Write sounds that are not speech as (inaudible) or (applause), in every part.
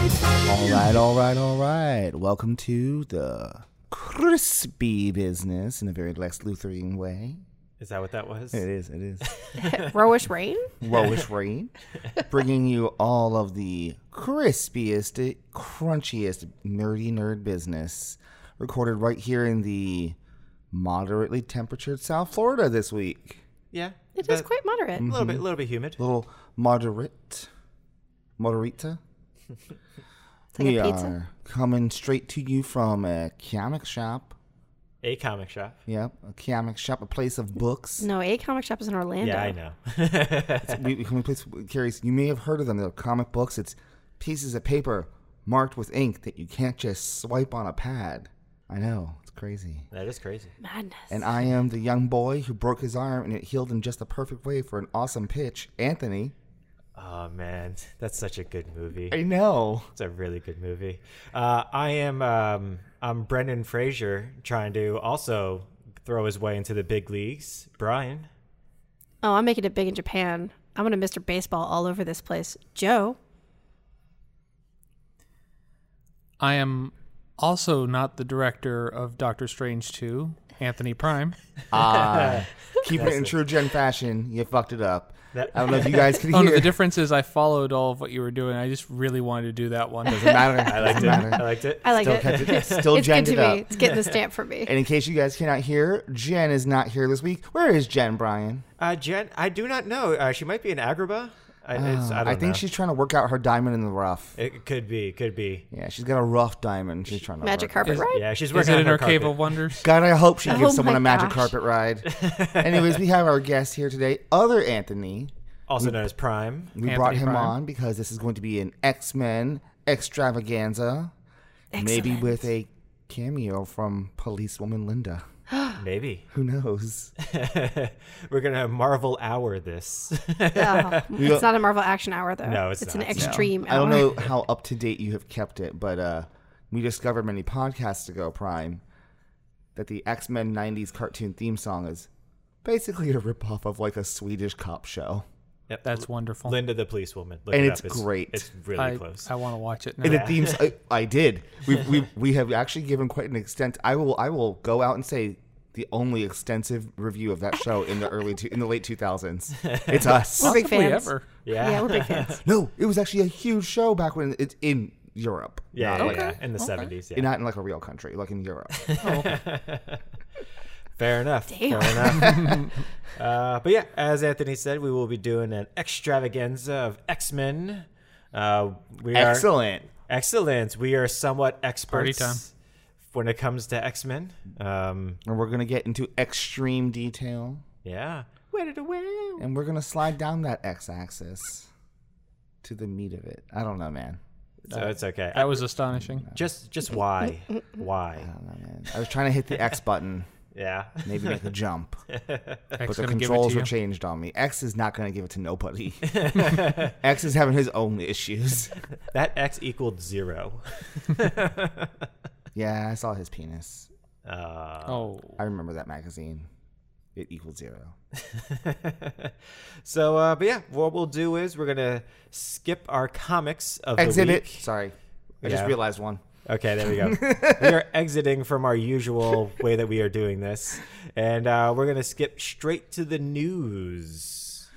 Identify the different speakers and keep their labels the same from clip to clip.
Speaker 1: All right, all right, all right. Welcome to the crispy business in a very Lex Lutherian way.
Speaker 2: Is that what that was?
Speaker 1: It is, it is.
Speaker 3: Rowish rain?
Speaker 1: Wowish Rain, bringing you all of the crispiest, crunchiest, nerdy nerd business recorded right here in the moderately temperatured South Florida this week.
Speaker 2: Yeah.
Speaker 3: It is
Speaker 2: that-
Speaker 3: quite moderate.
Speaker 1: Mm,
Speaker 2: A little bit, Mm-hmm. little bit humid.
Speaker 1: Little moderate, moderita.
Speaker 3: It's like
Speaker 1: we
Speaker 3: a pizza.
Speaker 1: are coming straight to you from a comic shop.
Speaker 2: A comic shop.
Speaker 1: Yep, a comic shop, a place of books.
Speaker 3: No, a comic shop is in Orlando.
Speaker 2: Yeah, I know. (laughs)
Speaker 1: we, we- can we please, Curious, you may have heard of them. They're comic books. It's pieces of paper marked with ink that you can't just swipe on a pad. I know, it's crazy.
Speaker 2: that is crazy.
Speaker 3: Madness.
Speaker 1: And I am the young boy who broke his arm and it healed in just the perfect way for an awesome pitch. Anthony.
Speaker 2: Oh man, that's such a good movie.
Speaker 1: I know.
Speaker 2: It's a really good movie. Uh, I am um, I'm Brendan Fraser trying to also throw his way into the big leagues. Brian.
Speaker 3: oh, I'm making it big in Japan. I'm going to Mr. Baseball all over this place. Joe,
Speaker 4: I am also not the director of Doctor Strange 2, Anthony Prime.
Speaker 1: Ah, keep it in true gen fashion. You fucked it up.
Speaker 2: That-
Speaker 1: I don't know if you guys
Speaker 3: (laughs)
Speaker 1: could
Speaker 4: Oh,
Speaker 1: hear.
Speaker 4: no, the difference is I followed all of what you were doing. I just really wanted to do that one.
Speaker 1: Doesn't matter.
Speaker 2: I liked
Speaker 1: Doesn't
Speaker 2: it.
Speaker 1: matter.
Speaker 2: I liked it.
Speaker 3: I like
Speaker 1: Still
Speaker 3: it.
Speaker 1: kept it. Still
Speaker 3: (laughs) it's good
Speaker 1: genned
Speaker 3: to
Speaker 1: it
Speaker 3: me.
Speaker 1: up.
Speaker 3: It's
Speaker 1: (laughs)
Speaker 3: getting the stamp for me.
Speaker 1: And in case you guys cannot hear, Jen is not here this week. Where is Jen, Brian?
Speaker 2: Uh, Jen, I do not know. Uh, she might be an Agrabah. I, it's, Oh, I
Speaker 1: I,
Speaker 2: don't
Speaker 1: think
Speaker 2: know.
Speaker 1: she's trying to work out her diamond in the rough.
Speaker 2: It could be. Could be.
Speaker 1: Yeah, she's got a rough diamond. She's trying to
Speaker 3: Magic
Speaker 1: work.
Speaker 3: carpet
Speaker 4: Is-
Speaker 3: ride?
Speaker 2: Yeah, she's
Speaker 4: Is
Speaker 2: working
Speaker 4: it
Speaker 2: on
Speaker 4: in
Speaker 2: her
Speaker 4: her Cave
Speaker 2: carpet.
Speaker 4: of Wonders?
Speaker 1: God, I hope she gives someone
Speaker 3: my
Speaker 1: a magic
Speaker 3: gosh.
Speaker 1: carpet ride. Anyways, we have our guest here today, other Anthony.
Speaker 2: also known as Prime.
Speaker 1: We brought
Speaker 4: Anthony
Speaker 1: him
Speaker 4: Prime.
Speaker 1: on because this is going to be an X Men extravaganza, maybe
Speaker 3: Excellent.
Speaker 1: with a cameo from Policewoman Linda.
Speaker 2: Maybe.
Speaker 1: Who knows?
Speaker 2: We're gonna Marvel hour this.
Speaker 3: Oh,
Speaker 1: (laughs) got-
Speaker 3: it's not a Marvel Action Hour, though.
Speaker 2: No, it's
Speaker 3: an
Speaker 2: not. No.
Speaker 3: extreme
Speaker 1: I
Speaker 3: hour.
Speaker 1: don't know how up to date you have kept it, but uh, we discovered many podcasts ago, Prime, that the X Men 90s cartoon theme song is basically a ripoff of like a Swedish cop show.
Speaker 2: yep.
Speaker 4: That's wonderful.
Speaker 2: Linda the police woman. Look
Speaker 1: And
Speaker 2: it
Speaker 1: it's
Speaker 2: up.
Speaker 1: great.
Speaker 2: It's really
Speaker 4: I,
Speaker 2: close.
Speaker 4: I want to watch it
Speaker 1: And
Speaker 4: now.
Speaker 1: the themes, I, I did. We we we have actually given quite an extent. I will I will go out and say the only extensive review of that show in the early two, in the late 2000s. It's
Speaker 4: (laughs)
Speaker 1: us.
Speaker 3: We're big
Speaker 4: Possibly
Speaker 3: fans.
Speaker 4: ever.
Speaker 2: (laughs) yeah.
Speaker 3: Yeah.
Speaker 1: (laughs)
Speaker 3: we're big fans.
Speaker 1: No, it was actually a huge show back when it's in Europe.
Speaker 2: yeah,
Speaker 1: not
Speaker 2: yeah,
Speaker 1: like,
Speaker 2: yeah. In the seventies. Yeah.
Speaker 1: not in like a real country, like in Europe.
Speaker 2: Fair enough.
Speaker 3: Damn.
Speaker 2: Fair enough.
Speaker 1: (laughs)
Speaker 2: uh, but yeah, as Anthony said, we will be doing an extravaganza of X Men. Uh, we are
Speaker 1: Excellent.
Speaker 2: excellent. We are somewhat experts
Speaker 4: time.
Speaker 2: when it comes to X Men. Um,
Speaker 1: And we're gonna get into extreme detail,
Speaker 2: yeah. Where did it win?
Speaker 1: and we're gonna slide down that x-axis to the meat of it. I don't know, man.
Speaker 2: So it's okay.
Speaker 4: Uh, That was astonishing.
Speaker 2: just, just
Speaker 1: (laughs)
Speaker 2: why, why?
Speaker 1: I don't know, man. I was trying to hit the X button,
Speaker 2: Yeah. (laughs)
Speaker 1: maybe make the jump.
Speaker 4: (laughs) X
Speaker 1: but the
Speaker 4: gonna give
Speaker 1: controls were
Speaker 4: it to you.
Speaker 1: changed on me. X is not going to give it to
Speaker 4: (laughs)
Speaker 1: nobody. X is having his own issues. (laughs)
Speaker 2: That X equaled zero.
Speaker 1: Yeah, I saw his penis.
Speaker 2: Uh,
Speaker 4: Oh,
Speaker 1: I remember that magazine. It equals zero.
Speaker 2: (laughs) so, uh, but yeah, what we'll do is we're gonna skip our comics of
Speaker 1: Exhibit.
Speaker 2: the week.
Speaker 1: Sorry, I just
Speaker 2: Yeah.
Speaker 1: realized one.
Speaker 2: Okay, there we
Speaker 1: (laughs)
Speaker 2: go. we are exiting from our usual way that we are doing this, and uh, we're gonna skip straight to the news.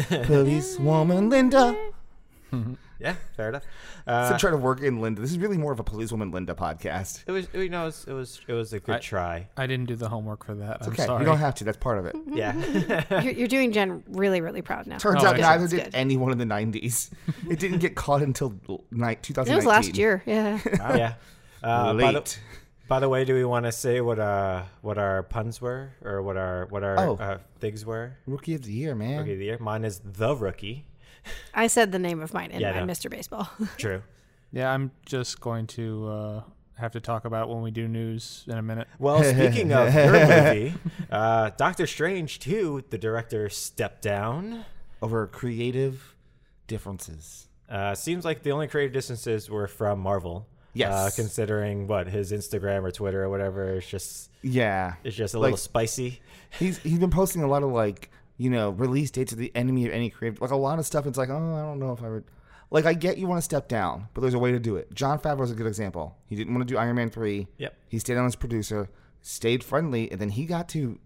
Speaker 1: Policewoman Linda.
Speaker 2: Yeah, fair enough.
Speaker 1: So
Speaker 2: Uh,
Speaker 1: try to work in Linda. This is really more of a Policewoman Linda podcast.
Speaker 2: it was, you know, it was, it was, it was a good
Speaker 1: (laughs)
Speaker 4: I-
Speaker 2: try.
Speaker 4: I didn't do the homework for that. I'm
Speaker 1: Okay,
Speaker 4: sorry.
Speaker 1: you don't have to. That's part of it.
Speaker 2: Yeah,
Speaker 3: (laughs) You're, you're doing Jen really, really proud now.
Speaker 1: Turns
Speaker 4: Oh,
Speaker 1: out
Speaker 4: okay.
Speaker 1: neither
Speaker 3: That's
Speaker 1: did
Speaker 3: good.
Speaker 1: anyone in the 90s. It didn't get caught until l- ni- 2019.
Speaker 3: It was last year.
Speaker 1: (laughs)
Speaker 3: Yeah.
Speaker 2: (laughs) yeah. Uh, by, the,
Speaker 1: Late.
Speaker 2: by the way, do we want to say what uh what our puns were or what our what our
Speaker 1: Oh.
Speaker 2: uh, things were?
Speaker 1: Rookie of the year, man.
Speaker 2: Rookie of the year. Mine is the rookie.
Speaker 3: I said the name of mine in
Speaker 2: Yeah,
Speaker 3: my
Speaker 2: no.
Speaker 3: Mr. Baseball.
Speaker 2: True.
Speaker 4: Yeah, I'm just going to uh, have to talk about when we do news in a minute.
Speaker 1: (laughs)
Speaker 2: Well, speaking of your movie, uh, Doctor Strange 2, the director stepped down.
Speaker 1: Over creative differences.
Speaker 2: Uh, seems like the only creative distances were from Marvel.
Speaker 1: Yes.
Speaker 2: Uh, considering what his Instagram or Twitter or whatever is just
Speaker 1: Yeah.
Speaker 2: is just a
Speaker 1: Like-
Speaker 2: little spicy.
Speaker 1: He's he's been posting a lot of like you know, release dates of the enemy of any creative. Like a lot of stuff, it's like, oh, I don't know if I would. Like, I get you want to step down, but there's a way to do it. John Favreau's a good example. He didn't want to do Iron Man 3.
Speaker 2: Yep.
Speaker 1: He stayed on as producer, stayed friendly, and then he got to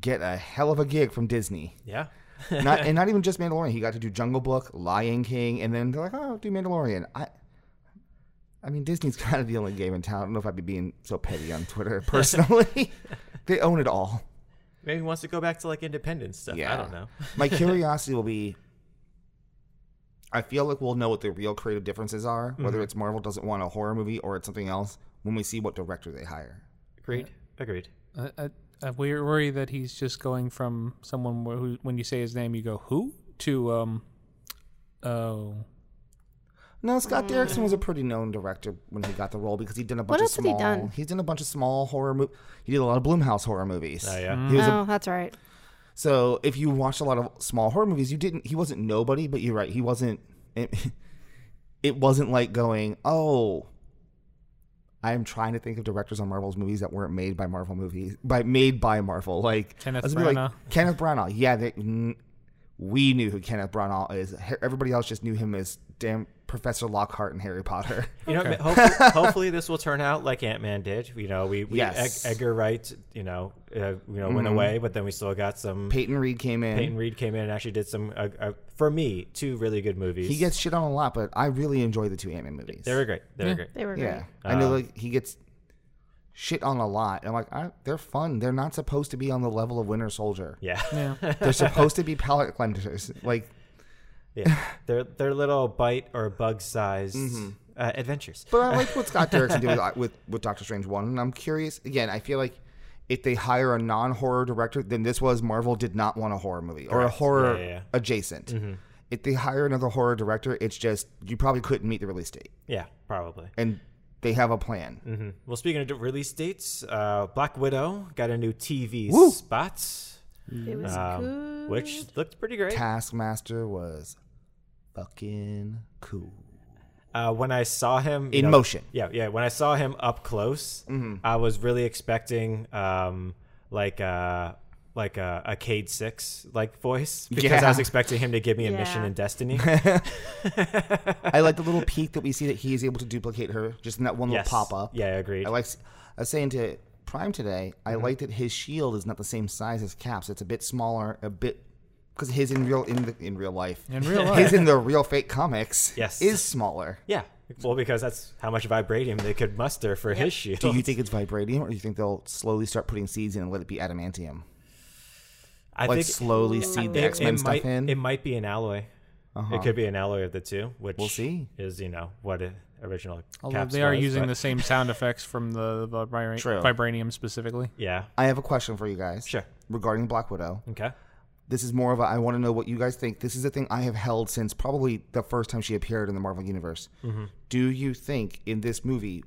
Speaker 1: get a hell of a gig from Disney.
Speaker 2: Yeah.
Speaker 1: Not, and not even just Mandalorian. He got to do Jungle Book, Lion King, and then they're like, oh, do Mandalorian. I. I mean, Disney's (laughs) kind of the only game in town. I don't know if I'd be being so petty on Twitter personally. they own it all.
Speaker 2: Maybe he wants to go back to like independent stuff. I don't know.
Speaker 1: (laughs)
Speaker 2: (laughs)
Speaker 1: My curiosity will be I feel like we'll know what the real creative differences are,
Speaker 2: Mm-hmm.
Speaker 1: whether it's Marvel doesn't want a horror movie or it's something else, when we see what director they hire.
Speaker 2: Agreed. Agreed.
Speaker 4: I, I, I wor- worry that he's just going from someone wh- who, when you say his name, you go who to um, oh,
Speaker 1: No, Scott Derrickson was a pretty known director when he got the role because he'd done a bunch
Speaker 3: Mm. What
Speaker 1: of
Speaker 3: else had he
Speaker 1: small.
Speaker 3: done?
Speaker 1: He's done a bunch of small horror movies. He did a lot of Bloomhouse horror movies.
Speaker 2: Oh yeah.
Speaker 1: He was a-
Speaker 3: Oh, that's right.
Speaker 1: so if you watched a lot of small horror movies, you didn't. He wasn't nobody, but you're right. He wasn't. It, (laughs) it wasn't like going, oh, I'm trying to think of directors on Marvel's movies that weren't made by Marvel movies, by made by Marvel, like
Speaker 4: Kenneth
Speaker 1: I was gonna be
Speaker 4: Branagh.
Speaker 1: Like, Kenneth Branagh, yeah, they, mm, we knew who Kenneth Branagh is. He- Everybody else just knew him as damn Professor Lockhart in Harry Potter. (laughs)
Speaker 2: You know, hopefully, hopefully this will turn out like Ant Man did. You know, we, we
Speaker 1: Yes. Mm-hmm.
Speaker 2: Ed- Edgar Wright, you know, uh, you know, went away, but then we still got some.
Speaker 1: Peyton Reed came in.
Speaker 2: Peyton Reed came in and actually did some, uh, uh, for me, two really good movies.
Speaker 1: He gets shit on a lot, but I really enjoy the two Ant Man movies.
Speaker 2: they were great. They were great.
Speaker 3: They were
Speaker 1: Yeah,
Speaker 3: great.
Speaker 1: I
Speaker 2: Uh,
Speaker 1: know like he gets shit on a lot. I'm like, I, they're fun. They're not supposed to be on the level of Winter Soldier.
Speaker 2: Yeah.
Speaker 4: yeah.
Speaker 1: They're supposed to be palate cleansers. Like,
Speaker 2: (laughs) Yeah, they're they're little bite or bug sized uh, adventures.
Speaker 1: Mm-hmm. but I like what Scott Derrickson
Speaker 2: (laughs)
Speaker 1: did with, with with Doctor Strange one, and I'm curious. Again, I feel like if they hire a non horror director, then this was Marvel did not want a horror movie or a horror
Speaker 2: Yeah, Mm-hmm. yeah, yeah.
Speaker 1: adjacent. If they hire another horror director, it's just you probably couldn't meet the release date,
Speaker 2: Yeah, probably.
Speaker 1: and they have a plan.
Speaker 2: hmm Well, speaking of d- release dates, uh, Black Widow got a new TV spot,
Speaker 3: It was
Speaker 2: um,
Speaker 3: good.
Speaker 2: which looked pretty great.
Speaker 1: Taskmaster was fucking cool
Speaker 2: Uh, when I saw him you
Speaker 1: in
Speaker 2: know-
Speaker 1: motion.
Speaker 2: Yeah, yeah. When I saw him up close,
Speaker 1: Mm-hmm.
Speaker 2: I was really expecting um, like uh, like a, a Cade Six like voice
Speaker 1: (laughs)
Speaker 2: because I was
Speaker 1: Yeah.
Speaker 2: expecting him to give me a mission
Speaker 3: Yeah.
Speaker 2: in
Speaker 1: (laughs)
Speaker 2: Destiny.
Speaker 1: I like the little peek that we see that he is able to duplicate her just in that one
Speaker 2: yes.
Speaker 1: little pop up.
Speaker 2: Yeah, Mm-hmm. agreed.
Speaker 1: I like. I was saying to Prime today, I like that his shield is not the same size as Cap's. It's a bit smaller, a bit because his in real in the, in real life,
Speaker 4: In real
Speaker 1: (laughs)
Speaker 2: (laughs)
Speaker 4: life,
Speaker 1: his in the real fake comics,
Speaker 2: Yes.
Speaker 1: is smaller.
Speaker 2: Yeah. Well, because that's how much vibranium they could muster for his shield.
Speaker 1: Do you think it's vibranium, or do you think they'll slowly start putting seeds in and let it be adamantium?
Speaker 2: I
Speaker 1: Like
Speaker 2: think
Speaker 1: slowly seed the
Speaker 2: it-
Speaker 1: X Men
Speaker 2: it
Speaker 1: stuff
Speaker 2: might,
Speaker 1: in. Uh-huh.
Speaker 2: It might be an alloy. It could be an alloy of the two, which we'll
Speaker 1: see.
Speaker 2: Is you know what it, original
Speaker 4: although
Speaker 2: caps
Speaker 4: they are
Speaker 2: was,
Speaker 4: using
Speaker 2: but-
Speaker 4: the same sound effects from the, the vibra-
Speaker 1: True.
Speaker 4: vibranium specifically.
Speaker 2: Yeah.
Speaker 1: I have a question for you guys.
Speaker 2: Sure.
Speaker 1: Regarding Black Widow,
Speaker 2: Okay.
Speaker 1: this is more of a I want to know what you guys think. This is a thing I have held since probably the first time she appeared in the Marvel Universe. Do you think in this movie,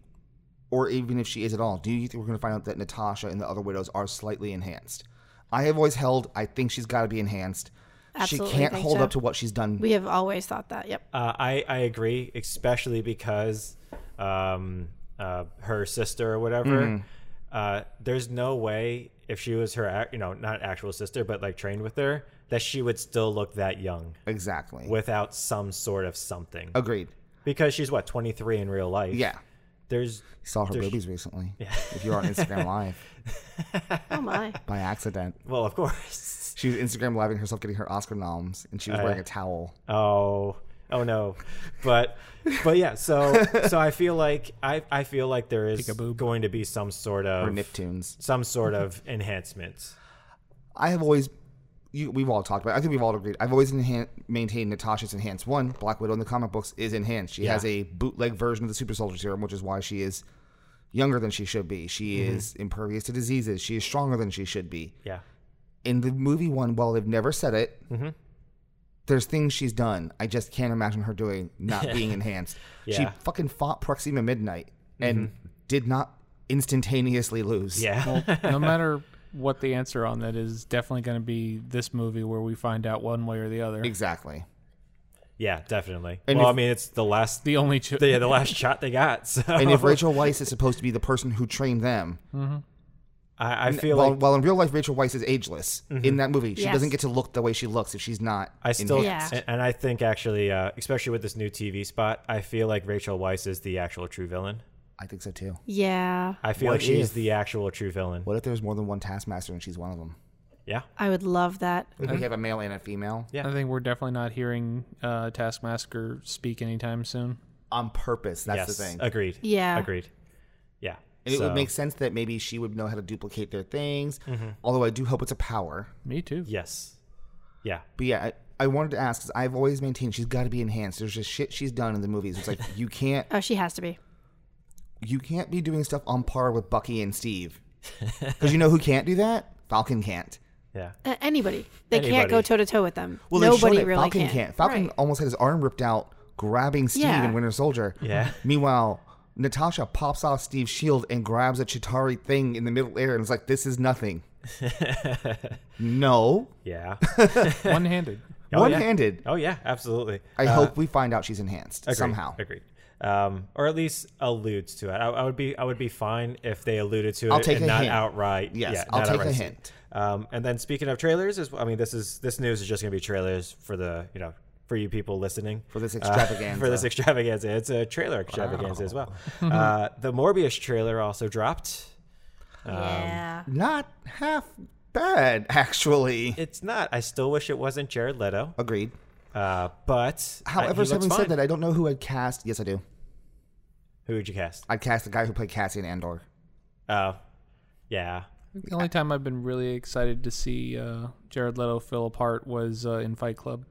Speaker 1: or even if she is at all, do you think we're going to find out that Natasha and the other widows are slightly enhanced? I have always held I think she's got to be enhanced.
Speaker 3: Absolutely
Speaker 1: she can't
Speaker 3: think
Speaker 1: hold
Speaker 3: so.
Speaker 1: up to what she's done.
Speaker 3: We have always thought that. Yep.
Speaker 2: Uh, I I agree, especially because um, uh, her sister or whatever.
Speaker 1: Mm-hmm.
Speaker 2: Uh, there's no way if she was her, ac- you know, not actual sister, but like trained with her, that she would still look that young
Speaker 1: exactly.
Speaker 2: without some sort of something.
Speaker 1: Agreed.
Speaker 2: because she's what 23 in real life.
Speaker 1: Yeah.
Speaker 2: There's
Speaker 1: Saw her boobies recently. If you're on Instagram Live
Speaker 3: Oh my.
Speaker 1: by accident,
Speaker 2: well, of course. (laughs)
Speaker 1: she was Instagram living herself getting her Oscar noms, and she was wearing a towel.
Speaker 2: Oh, oh no. But but yeah, so so I feel like I I feel like there is going to be some sort
Speaker 1: Or
Speaker 2: of
Speaker 1: Nicktoons.
Speaker 2: some sort of enhancement.
Speaker 1: I have always, you, we've all talked about. It. I think we've all agreed. I've always enhan- maintained Natasha's enhanced one. Black Widow in the comic books is enhanced. She has a bootleg version of the Super Soldier Serum, which is why she is younger than she should be. She
Speaker 2: Mm-hmm.
Speaker 1: is impervious to diseases. She is stronger than she should be.
Speaker 2: Yeah.
Speaker 1: In the movie one, while they've never said it,
Speaker 2: Mm-hmm.
Speaker 1: there's things she's done. I just can't imagine her doing
Speaker 2: (laughs)
Speaker 1: not being enhanced. She
Speaker 2: Yeah. Mm-hmm.
Speaker 1: fucking fought Proxima Midnight and did not instantaneously lose.
Speaker 2: Yeah.
Speaker 4: Well, no matter what the answer on that is, definitely going to be this movie where we find out one way or the other.
Speaker 1: exactly.
Speaker 2: (laughs) yeah, definitely.
Speaker 1: And
Speaker 2: well,
Speaker 1: if-
Speaker 2: I mean, it's the last
Speaker 4: The only cho-
Speaker 2: the,
Speaker 1: (laughs)
Speaker 2: the last shot they got. (laughs) So
Speaker 1: And if Rachel Weisz is supposed to be the person who trained them,
Speaker 2: I, I feel
Speaker 1: while,
Speaker 2: like Mm-hmm.
Speaker 1: while in real life Rachel Weisz is ageless, in that movie she
Speaker 3: Yes.
Speaker 1: doesn't get to look the way she looks if she's not.
Speaker 2: I still,
Speaker 1: enhanced.
Speaker 3: Yeah.
Speaker 2: and, and I think actually, uh, especially with this new TV spot, I feel like Rachel Weisz is the actual true villain.
Speaker 1: I think so too.
Speaker 3: Yeah.
Speaker 2: I feel
Speaker 1: What
Speaker 2: like she's
Speaker 1: if-
Speaker 2: the actual true villain.
Speaker 1: What if there's more than one Taskmaster and she's one of them?
Speaker 2: Yeah,
Speaker 3: I would love that.
Speaker 1: We have a male and a female
Speaker 2: Yeah.
Speaker 4: I think we're definitely not hearing uh, Taskmaster speak anytime soon.
Speaker 1: on purpose. That's
Speaker 2: yes,
Speaker 1: the thing.
Speaker 2: agreed.
Speaker 3: Yeah.
Speaker 2: agreed. Yeah,
Speaker 1: And it
Speaker 2: So, Mm-hmm.
Speaker 1: would make sense that maybe she would know how to duplicate their things. Although I do hope it's a power.
Speaker 4: Me too.
Speaker 2: yes, yeah,
Speaker 1: But yeah, I, I wanted to ask because I've always maintained she's got to be enhanced. There's just shit she's done in the movies. It's like
Speaker 2: (laughs)
Speaker 1: you can't
Speaker 3: Oh, she has to be.
Speaker 1: you can't be doing stuff on par with Bucky and Steve. Because you know who can't do that? Falcon can't.
Speaker 2: yeah.
Speaker 3: Uh, anybody. They can't
Speaker 2: Anybody.
Speaker 3: go toe to toe with them.
Speaker 1: Well, they've shown
Speaker 3: Nobody
Speaker 1: it.
Speaker 3: really
Speaker 1: Falcon
Speaker 3: can.
Speaker 1: Falcon
Speaker 3: Right.
Speaker 1: almost had his arm ripped out grabbing Steve
Speaker 3: Yeah.
Speaker 1: and Winter Soldier.
Speaker 2: Yeah.
Speaker 1: Meanwhile, Natasha pops off Steve's shield and grabs a Chitari thing in the middle air and is like, "This is
Speaker 2: (laughs)
Speaker 1: nothing." no, (laughs)
Speaker 2: Yeah.
Speaker 4: One-handed.
Speaker 2: (laughs) Oh, yeah.
Speaker 1: one-handed.
Speaker 2: Oh yeah, absolutely.
Speaker 1: I hope we find out she's enhanced
Speaker 2: Agreed.
Speaker 1: somehow.
Speaker 2: Agreed. Um, or at least alludes to it. I, I would be I would be fine if they alluded to it
Speaker 1: I'll take
Speaker 2: and
Speaker 1: a
Speaker 2: not
Speaker 1: hint.
Speaker 2: outright.
Speaker 1: Yes,
Speaker 2: yeah,
Speaker 1: I'll
Speaker 2: not
Speaker 1: take a
Speaker 2: outright say it.
Speaker 1: hint.
Speaker 2: Um, and then speaking of trailers, is I mean this is this news is just going to be trailers for the you know for you people listening
Speaker 1: For this
Speaker 2: Uh, (laughs) for
Speaker 1: extravaganza.
Speaker 2: this extravaganza. It's a trailer extravaganza
Speaker 1: (laughs)
Speaker 2: as well. uh, the Morbius trailer also dropped.
Speaker 3: Yeah.
Speaker 1: Not half bad, (laughs) actually.
Speaker 2: It's not. I still wish it wasn't Jared Leto,
Speaker 1: Agreed.
Speaker 2: uh, but I-
Speaker 1: However,
Speaker 2: he looks
Speaker 1: having
Speaker 2: fine.
Speaker 1: said that, I don't know who I'd cast. Yes, I do.
Speaker 2: who would you cast?
Speaker 1: I'd cast the guy who played Cassian Andor.
Speaker 2: Uh, yeah,
Speaker 4: The only time I've been really excited to see uh, Jared Leto fill apart was uh, in Fight Club.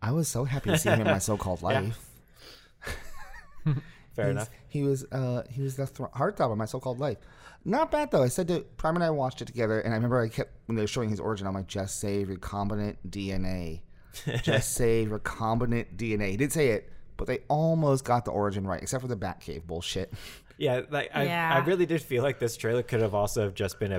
Speaker 1: I was so happy to see him in
Speaker 2: (laughs)
Speaker 1: my so-called life.
Speaker 2: fair enough.
Speaker 1: He was uh, he was the thr heartthrob of my so-called life. Not bad though. I said to Prime and I watched it together, and I remember I kept when they were showing his origin. I'm like, just say recombinant DNA.
Speaker 2: (laughs)
Speaker 1: just say recombinant DNA. He didn't say it, but they almost got the origin right, except for the Batcave bullshit.
Speaker 2: Yeah, like I,
Speaker 3: Yeah.
Speaker 2: I really did feel like this trailer could have also have just been a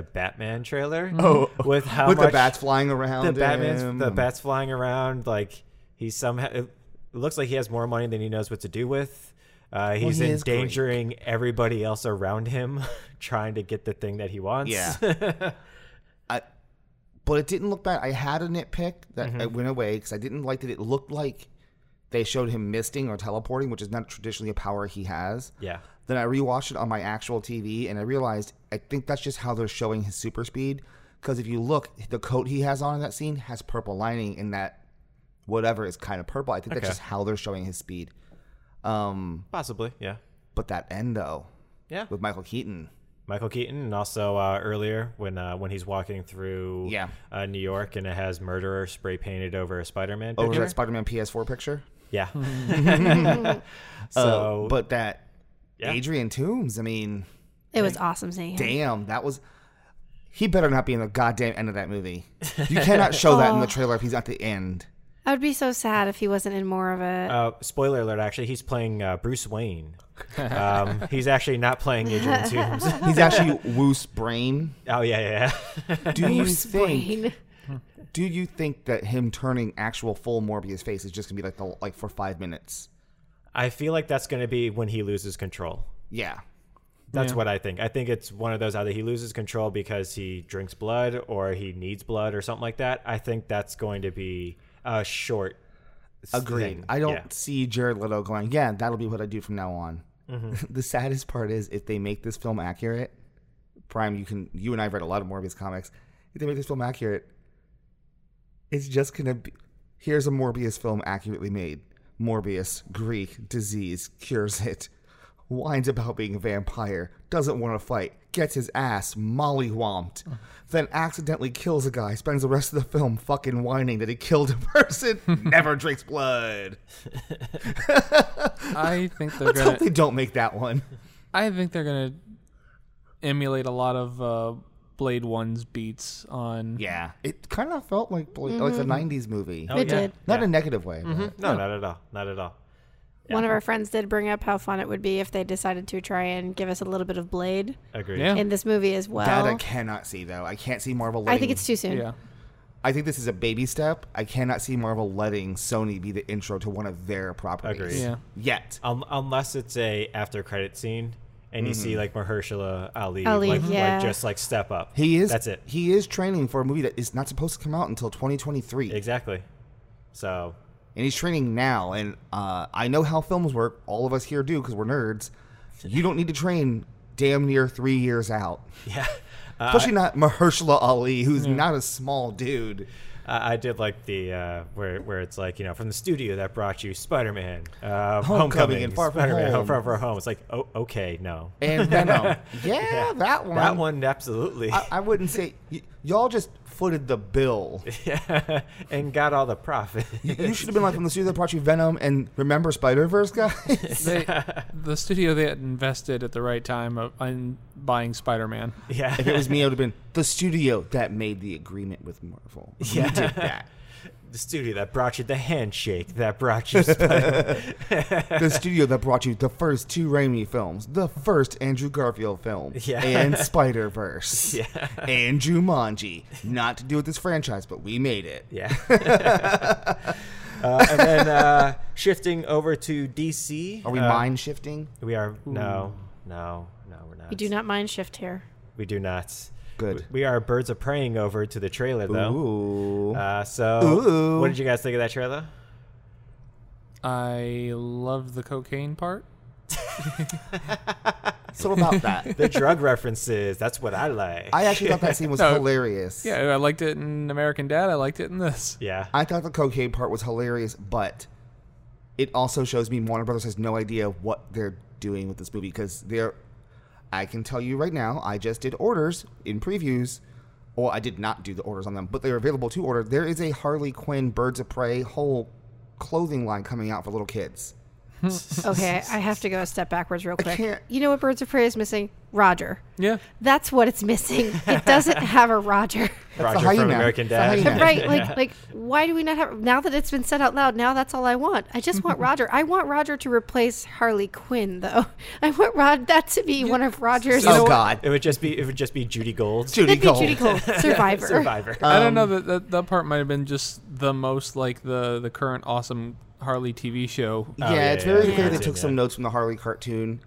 Speaker 1: (laughs)
Speaker 2: Batman trailer. Oh, with how
Speaker 1: With
Speaker 2: much
Speaker 1: the bats flying around.
Speaker 2: the Batman's
Speaker 1: him.
Speaker 2: the bats flying around. Like he somehow it looks like he has more money than he knows what to do with. Uh, he's
Speaker 1: he is Greek.
Speaker 2: endangering everybody else around him, (laughs) trying to get the thing that he wants.
Speaker 1: Yeah. I, but it didn't look bad. I had a nitpick that
Speaker 2: Mm-hmm.
Speaker 1: I went away because I didn't like that it looked like they showed him misting or teleporting, which is not traditionally a power he has.
Speaker 2: (laughs) yeah,
Speaker 1: Then I rewatched it on my actual TV and I realized I think that's just how they're showing his super speed. Because if you look, the coat he has on in that scene has purple lining, and that whatever is kind of purple. I think
Speaker 2: Okay.
Speaker 1: that's just how they're showing his speed. Um,
Speaker 2: possibly. Yeah,
Speaker 1: but that end though,
Speaker 2: yeah.
Speaker 1: with Michael Keaton,
Speaker 2: Michael Keaton, and also uh, earlier when uh, when he's walking through
Speaker 1: Yeah.
Speaker 2: uh, New York and it has murderer spray painted over a Spider-Man.
Speaker 1: over
Speaker 2: picture.
Speaker 1: that Spider-Man PS4 picture.
Speaker 2: yeah. (laughs)
Speaker 1: So,
Speaker 2: so,
Speaker 1: but that
Speaker 2: Yeah.
Speaker 1: Adrian Toombs, I mean,
Speaker 3: It was awesome seeing him.
Speaker 1: damn, that was. He better not be in the goddamn end of that movie. You cannot show that in the
Speaker 3: Oh.
Speaker 1: trailer if he's at the end.
Speaker 3: I would be so sad if he wasn't in more of a. (laughs)
Speaker 2: Uh, spoiler alert! Actually, he's playing uh, Bruce Wayne. Um,
Speaker 4: (laughs)
Speaker 2: he's actually not playing Adrian Toomes.
Speaker 1: He's actually Woos Brain.
Speaker 2: Oh yeah, yeah, yeah.
Speaker 1: Do you think?
Speaker 3: brain.
Speaker 1: Do you think that him turning actual full Morbius face is just gonna be like the like for five minutes?
Speaker 2: I feel like that's going to be when he loses control.
Speaker 1: Yeah,
Speaker 2: That's
Speaker 4: Yeah.
Speaker 2: what I think. I think it's one of those either he loses control because he drinks blood or he needs blood or something like that. I think that's going to be a short.
Speaker 1: agreed.
Speaker 2: thing.
Speaker 1: I don't
Speaker 2: Yeah.
Speaker 1: see Jared Leto going. Yeah, that'll be what I do from now on. (laughs) the saddest part is if they make this film accurate. Prime, you can. You and I have read a lot of Morbius comics. If they make this film accurate, it's just gonna be. Here's a Morbius film accurately made. Morbius, Greek disease, cures it. Whines about being a vampire, doesn't want to fight, gets his ass mollywhomped, then accidentally kills a guy, spends the rest of the film fucking whining that he killed a (laughs) person, never drinks blood.
Speaker 4: I think
Speaker 1: (laughs)
Speaker 4: they're
Speaker 1: Let's
Speaker 4: gonna.
Speaker 1: hope they don't make that one.
Speaker 4: I think they're gonna emulate a lot of uh, Blade One's beats on.
Speaker 1: Yeah. It kind of felt like bla- like
Speaker 3: Mm-hmm.
Speaker 1: a 90s movie.
Speaker 2: Oh,
Speaker 3: It did.
Speaker 1: Not in a negative way. but-
Speaker 3: Mm-hmm.
Speaker 2: No, not at all. Not at all.
Speaker 3: One of our friends did bring up how fun it would be if they decided to try and give us a little bit of Blade
Speaker 2: Agreed.
Speaker 4: Yeah.
Speaker 3: in this movie as
Speaker 1: Oh. That I
Speaker 3: well.
Speaker 1: cannot see, though. I can't see Marvel letting
Speaker 3: I think it's too soon.
Speaker 4: Yeah.
Speaker 1: I think this is a baby step. I cannot see Marvel letting Sony be the intro to one of their properties
Speaker 2: Agreed.
Speaker 4: Yeah.
Speaker 1: yet.
Speaker 2: Um, unless it's a after credit scene and you
Speaker 1: Mm-hmm.
Speaker 2: see like Mahershala Ali,
Speaker 3: Ali,
Speaker 2: like, like,
Speaker 3: yeah.
Speaker 2: just like step up.
Speaker 1: He is.
Speaker 2: That's it.
Speaker 1: He is training for a movie that is not supposed to come out until 2023,
Speaker 2: Exactly. So (laughs)
Speaker 1: and he's training now. And uh, I know how films work. All of us here do because we're nerds. You don't need to train damn near three years
Speaker 2: (laughs)
Speaker 1: out,
Speaker 2: yeah, uh,
Speaker 1: especially not Mahershala Ali, who's not a small dude.
Speaker 2: I, I did like the uh, where where it's like you know from the studio that brought you Spider Man, uh,
Speaker 1: Homecoming
Speaker 2: Homecoming,
Speaker 1: and Far From
Speaker 2: Spider-Man,
Speaker 1: Home.
Speaker 2: Far From Home. It's like oh okay no (laughs)
Speaker 1: And Venom, yeah, that one.
Speaker 2: that one absolutely
Speaker 1: I, I wouldn't say y- y'all just footed the bill.
Speaker 2: (laughs) yeah and got all the profit. (laughs)
Speaker 1: You should have been like from the studio that brought you Venom and remember Spider Verse, guys. (laughs)
Speaker 4: They, the studio they had invested at the right time of, in buying Spider-Man.
Speaker 2: yeah,
Speaker 1: if it was me, it would have been the studio that made the agreement with Marvel.
Speaker 2: Yeah.
Speaker 1: We did that.
Speaker 2: the studio that brought you the handshake that brought
Speaker 1: (laughs)
Speaker 2: you Spider-
Speaker 1: The studio that brought you the first two Raimi films, the first Andrew Garfield film,
Speaker 2: (laughs) Yeah.
Speaker 1: and Spider Verse,
Speaker 2: (laughs) Yeah.
Speaker 1: and Jumanji. Not to do with this franchise, but we made it.
Speaker 2: Yeah. (laughs) uh, and then uh, shifting over to DC.
Speaker 1: Are we
Speaker 2: uh,
Speaker 1: mind shifting?
Speaker 2: We are. No, no, no, we're not.
Speaker 3: We do not mind shift
Speaker 1: (laughs)
Speaker 3: here.
Speaker 2: We do not.
Speaker 1: Good.
Speaker 2: We are birds of preying over to the trailer, though.
Speaker 1: Ooh.
Speaker 2: Uh, so,
Speaker 1: Ooh.
Speaker 2: what did you guys think of that trailer?
Speaker 4: I love the cocaine part.
Speaker 1: so about
Speaker 2: (laughs)
Speaker 1: that, (laughs)
Speaker 2: The drug references. That's what I like.
Speaker 1: I actually thought that scene was
Speaker 4: No.
Speaker 1: hilarious.
Speaker 4: Yeah, I liked it in American Dad. I liked it in this.
Speaker 2: yeah.
Speaker 1: I thought the cocaine part was hilarious, but it also shows me Warner Brothers has no idea what they're doing with this movie because they're. I can tell you right now, I just did orders in previews. Well, I did not do the orders on them, but they are available to order. There is a Harley Quinn Birds of Prey whole clothing line coming out for little kids.
Speaker 3: Okay, I have to go a step backwards real quick.
Speaker 1: can't-
Speaker 3: You know what Birds of Prey is missing? Roger.
Speaker 4: Yeah.
Speaker 3: That's what
Speaker 1: (laughs)
Speaker 3: it's missing. It doesn't have a Roger.
Speaker 1: the
Speaker 2: Roger
Speaker 1: hyena.
Speaker 2: from American
Speaker 1: It's the hyena.
Speaker 2: Dad.
Speaker 3: (laughs) right like like why do we not have now that it's been said out loud now that's all i want i just
Speaker 2: Mm-hmm.
Speaker 3: want roger i want roger to replace harley quinn though (laughs) i want rod that to be one of roger's
Speaker 4: You know
Speaker 1: oh,
Speaker 4: what?
Speaker 2: (laughs) It
Speaker 1: God.
Speaker 2: would just be. It would just be Judy Gold.
Speaker 1: Judy
Speaker 3: that'd be
Speaker 1: Gold. (laughs)
Speaker 3: judy Gold, survivor
Speaker 2: Survivor.
Speaker 4: I don't
Speaker 1: Um,
Speaker 4: know that, that that part might have been just the most like the the current awesome Harley TV show.
Speaker 1: Yeah,
Speaker 2: yeah,
Speaker 1: it's
Speaker 2: Oh, yeah,
Speaker 1: very
Speaker 2: yeah,
Speaker 1: clear they
Speaker 2: yeah,
Speaker 1: took
Speaker 2: yeah.
Speaker 1: some notes from the Harley cartoon.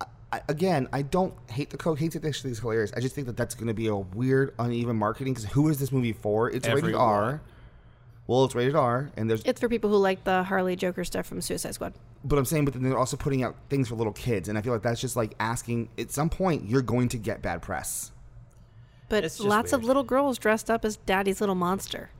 Speaker 1: I- I, again, I don't hate the coke. Hate it actually is hilarious. I just think that that's going to be a weird, uneven marketing because who is this movie for? It's rated
Speaker 4: Everyone.
Speaker 1: R. Well, it's rated R, and there's.
Speaker 3: it's for people who like the harley joker stuff from suicide squad
Speaker 1: but I'm saying, but then they're also putting out things for little kids, and I feel like that's just like asking. At some point, you're going to get bad press.
Speaker 3: but
Speaker 2: It's just
Speaker 3: lots of
Speaker 2: weird.
Speaker 3: little girls dressed up as daddy's little monster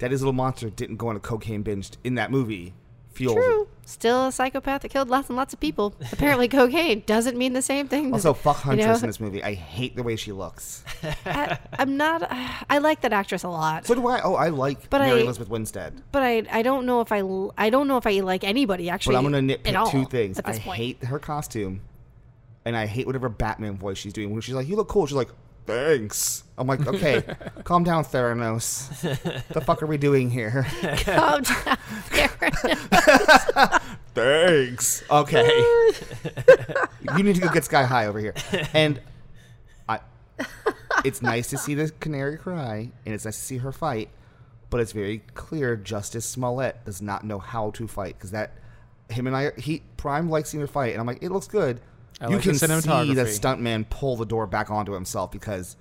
Speaker 1: Daddy's little monster didn't go on a cocaine binge in that movie. Fuels.
Speaker 3: true still a psychopath that killed lots and lots of people
Speaker 1: (laughs)
Speaker 3: apparently cocaine doesn't mean the same thing
Speaker 1: Also, fuck
Speaker 3: You know?
Speaker 1: Huntress in this movie. I hate the way she looks.
Speaker 3: I, i'm not (sighs) i like that actress a lot
Speaker 1: So do I. Oh, I like
Speaker 3: But
Speaker 1: Mary
Speaker 3: I-
Speaker 1: Elizabeth Winstead.
Speaker 3: But I, I don't know if I l- I don't know if I like anybody actually.
Speaker 1: But I'm gonna
Speaker 3: at all
Speaker 1: nitpick two things.
Speaker 3: At
Speaker 1: I
Speaker 3: this point. (laughs)
Speaker 1: hate her costume, and I hate whatever Batman voice she's doing. When she's like, "You look cool," she's like, "Thanks." I'm like,
Speaker 3: (laughs)
Speaker 1: "Okay, calm down, Theranos. the fuck are we doing here?"
Speaker 3: Calm (laughs) down, Darren.
Speaker 1: Thanks. (laughs) Okay. you need to go get Sky High over
Speaker 4: (laughs)
Speaker 1: here, and I. It's nice to see the canary cry, and it's nice to see her fight, but it's very clear Justice Smollett does not know how to fight because that him and I he Prime likes seeing her fight, and I'm like, it looks good.
Speaker 4: I
Speaker 1: you
Speaker 4: like the
Speaker 1: can see the
Speaker 4: cinematography.
Speaker 1: stuntman pull the door back onto himself because,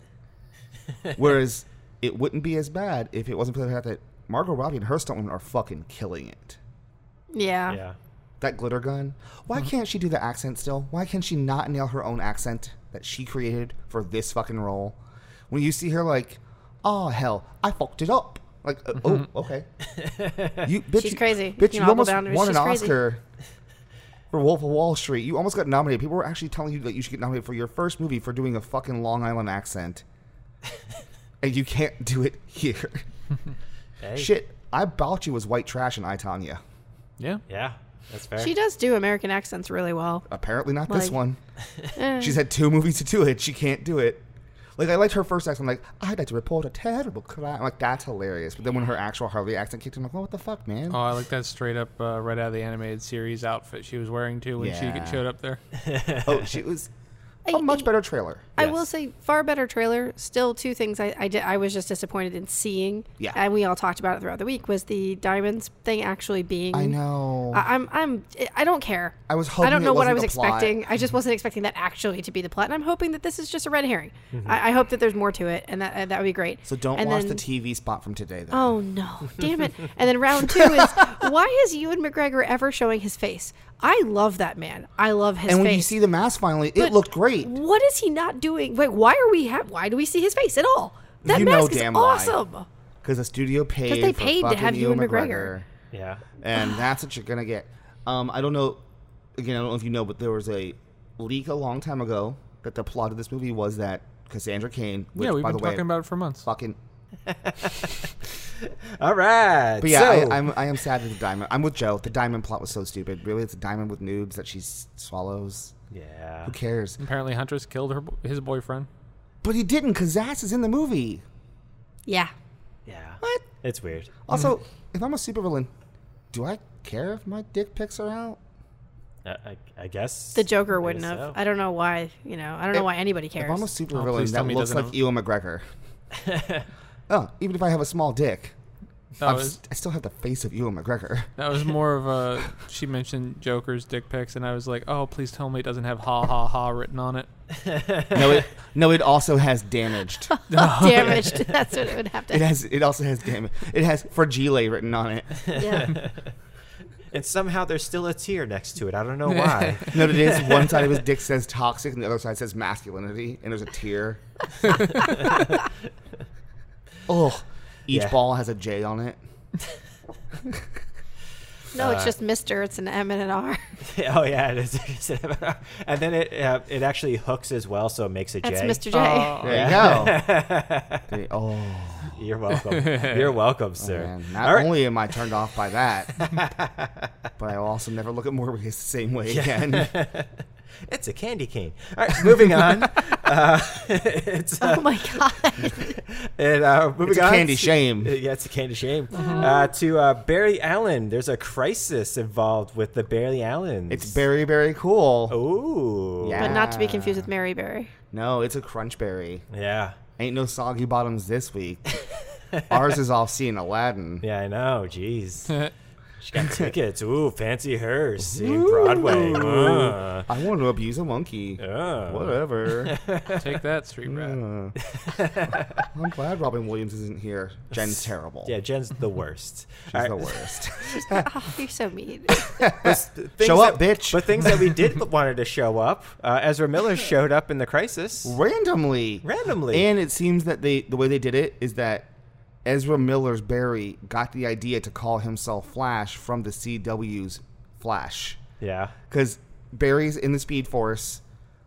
Speaker 4: (laughs)
Speaker 1: whereas it wouldn't be as bad if it wasn't for the fact that Margot Robbie and her stuntwoman are fucking killing it.
Speaker 3: yeah.
Speaker 2: Yeah.
Speaker 1: That glitter gun. Why can't she do the accent still? Why can she not nail her own accent that she created for this fucking role? When you see her like, oh hell, I fucked it up. Like, uh, oh, okay. You bitch,
Speaker 3: She's
Speaker 1: you-
Speaker 3: crazy.
Speaker 1: Bitch, you,
Speaker 3: You know, I'll
Speaker 1: almost
Speaker 3: go down to it.
Speaker 1: won an
Speaker 3: She's crazy.
Speaker 1: Oscar for Wolf of Wall Street. You almost got nominated. People were actually telling you that you should get nominated for your first movie for doing a fucking Long Island accent, and you can't do it here.
Speaker 2: Hey.
Speaker 1: Shit, I bought you was white trash in I Tanya.
Speaker 4: Yeah.
Speaker 2: Yeah. That's fair.
Speaker 3: She does do American accents really well.
Speaker 1: Apparently not this
Speaker 3: Like-
Speaker 1: one.
Speaker 3: (laughs)
Speaker 1: She's had two movies to do it. She can't do it. Like I liked her first accent. I'm like I'd like to report a terrible crime. I'm like that's hilarious. But then when her actual Harley accent kicked in, I'm like, well, what the fuck, man?
Speaker 4: Oh, I like that straight up uh, right out of the animated series outfit she was wearing too when
Speaker 1: Yeah.
Speaker 4: she showed up there.
Speaker 3: (laughs)
Speaker 1: oh, she was. a much better trailer.
Speaker 3: I will
Speaker 2: Yes.
Speaker 3: say, far better trailer. Still, two things I I, did, I was just disappointed in seeing.
Speaker 1: Yeah.
Speaker 3: and we all talked about it throughout the week. Was the diamonds thing actually being?
Speaker 1: I know.
Speaker 3: I, I'm I'm I don't care.
Speaker 1: I was
Speaker 3: I
Speaker 1: hoping
Speaker 3: don't
Speaker 1: it
Speaker 3: know what I was
Speaker 1: wasn't the plot.
Speaker 3: expecting. I just wasn't expecting that actually to be the plot, and I'm hoping that this is just a red herring. I, I hope that there's more to it, and that uh, that would be great.
Speaker 1: Mm-hmm. so don't
Speaker 3: and
Speaker 1: watch the
Speaker 3: then-
Speaker 1: TV spot from today, though.
Speaker 3: Oh no, damn it! And then round
Speaker 1: (laughs)
Speaker 3: two is why is Ewan McGregor ever showing his face? I love that man. I love his
Speaker 1: and when
Speaker 3: face.
Speaker 1: you see the mask finally, it looked great.
Speaker 3: what is he not doing? Wait, why are we? Ha- why do we see his face at all? That
Speaker 1: You know
Speaker 3: mask
Speaker 1: damn
Speaker 3: is
Speaker 1: why.
Speaker 3: awesome.
Speaker 1: Because the studio paid.
Speaker 3: they
Speaker 1: for
Speaker 3: paid to
Speaker 1: fucking
Speaker 3: have
Speaker 1: Ewan
Speaker 3: Ewan
Speaker 1: McGregor.
Speaker 3: McGregor.
Speaker 2: Yeah.
Speaker 4: (sighs)
Speaker 1: and that's what you're gonna get. Um, I don't know. Again, I don't know if you know, but there was a leak a long time ago that the plot of this movie was that Cassandra Cain. Which,
Speaker 4: yeah, we've
Speaker 1: by
Speaker 4: been
Speaker 1: the way,
Speaker 4: talking about it for months.
Speaker 1: fucking.
Speaker 2: All right.
Speaker 1: But yeah,
Speaker 2: so-
Speaker 1: I, I'm I am sad with the diamond. I'm with Joe. The diamond plot was so stupid. Really, it's a diamond with noobs that she s- swallows.
Speaker 2: yeah.
Speaker 1: Who cares?
Speaker 4: Apparently, Huntress killed her bo- his boyfriend.
Speaker 1: But he didn't, because Zass is in the movie.
Speaker 3: Yeah.
Speaker 2: Yeah.
Speaker 1: What?
Speaker 2: It's weird.
Speaker 1: Also,
Speaker 4: Mm.
Speaker 1: if I'm a supervillain, do I care if my dick pics are out?
Speaker 2: I, I, I guess
Speaker 3: The Joker
Speaker 2: I
Speaker 3: wouldn't
Speaker 2: guess
Speaker 3: have.
Speaker 2: so.
Speaker 3: I don't know why. You know, I don't know
Speaker 1: If-
Speaker 3: why anybody
Speaker 1: If
Speaker 3: cares. (laughs)
Speaker 1: I'm a supervillain,
Speaker 4: Oh, please tell
Speaker 1: that
Speaker 4: me he
Speaker 1: looks
Speaker 4: doesn't
Speaker 1: like
Speaker 4: know.
Speaker 1: Ewan
Speaker 4: (laughs)
Speaker 1: McGregor. oh, even if I have a small dick,
Speaker 4: That
Speaker 1: I'm
Speaker 4: was,
Speaker 1: st- I still have the face of Ewan
Speaker 4: (laughs)
Speaker 1: McGregor.
Speaker 4: that
Speaker 1: (laughs)
Speaker 4: was more of a. She mentioned Joker's dick pics, and I was like, oh, please tell me it doesn't have ha ha ha written on it.
Speaker 1: no, it, no, it also has
Speaker 4: (laughs)
Speaker 1: damaged. (laughs)
Speaker 3: Damaged. That's what Oh, it (laughs) would have
Speaker 1: It
Speaker 3: to.
Speaker 1: has. It also has damage. It has fragile written on it. (laughs)
Speaker 3: Yeah.
Speaker 2: And somehow there's still a tear next to it. I
Speaker 1: (laughs)
Speaker 2: don't know why.
Speaker 1: No, it is. One side of his dick says toxic, and the other side says masculinity, and there's a tear.
Speaker 2: (laughs)
Speaker 1: (laughs) oh, each
Speaker 2: Yeah.
Speaker 1: ball has a J on it.
Speaker 3: No,
Speaker 2: Uh,
Speaker 3: it's just Mister. It's an M and an R.
Speaker 2: (laughs) oh yeah, it is. and then it uh, it actually hooks as well, so it makes a J.
Speaker 3: That's Mister J.
Speaker 4: Oh,
Speaker 1: There you go. oh.
Speaker 2: (laughs) You're welcome. You're welcome, sir.
Speaker 1: Man, not
Speaker 2: All right. (laughs)
Speaker 1: only am I turned off by that, (laughs) but I will also never look at Morbius the same way (laughs) again.
Speaker 2: (laughs) it's a candy cane. All right,
Speaker 1: (laughs)
Speaker 2: moving on. uh, (laughs) it's uh,
Speaker 3: (laughs) Oh my god.
Speaker 2: and, uh, moving
Speaker 1: It's a
Speaker 2: on
Speaker 1: candy
Speaker 2: to-
Speaker 1: shame.
Speaker 2: (laughs) Yeah, it's a candy shame.
Speaker 3: Uh-huh.
Speaker 2: Uh, to uh, Barry Allen, there's a crisis involved with the Barry Allen.
Speaker 1: It's very, very cool.
Speaker 2: Ooh.
Speaker 1: Yeah.
Speaker 3: But not to be
Speaker 1: Ah.
Speaker 3: confused with Mary Berry.
Speaker 1: No, it's a crunch berry.
Speaker 2: Yeah.
Speaker 1: Ain't no soggy bottoms this week. Ours is off seeing Aladdin.
Speaker 2: Yeah, I know. Jeez.
Speaker 4: yeah.
Speaker 2: She got tickets. Ooh, fancy her seeing Broadway. Uh,
Speaker 1: I want to abuse a monkey.
Speaker 2: uh. (laughs)
Speaker 1: Whatever.
Speaker 4: (laughs) Take that, street rat.
Speaker 1: Uh, I'm glad Robin Williams isn't here. Jen's terrible.
Speaker 2: Yeah, Jen's the worst.
Speaker 1: (laughs) She's
Speaker 2: All (laughs)
Speaker 1: the
Speaker 2: right,
Speaker 1: worst. (laughs)
Speaker 3: Oh, you're so mean.
Speaker 2: things
Speaker 1: Show up,
Speaker 2: that-
Speaker 1: bitch.
Speaker 2: But things that we
Speaker 1: (laughs)
Speaker 2: did wanted to show up. Uh, Ezra Miller showed up in the crisis.
Speaker 1: Randomly.
Speaker 2: Randomly.
Speaker 1: And it seems that they the way they did it is that Ezra Miller's Barry got the idea to call himself Flash from the CW's Flash.
Speaker 2: Yeah.
Speaker 1: because Barry's in the Speed Force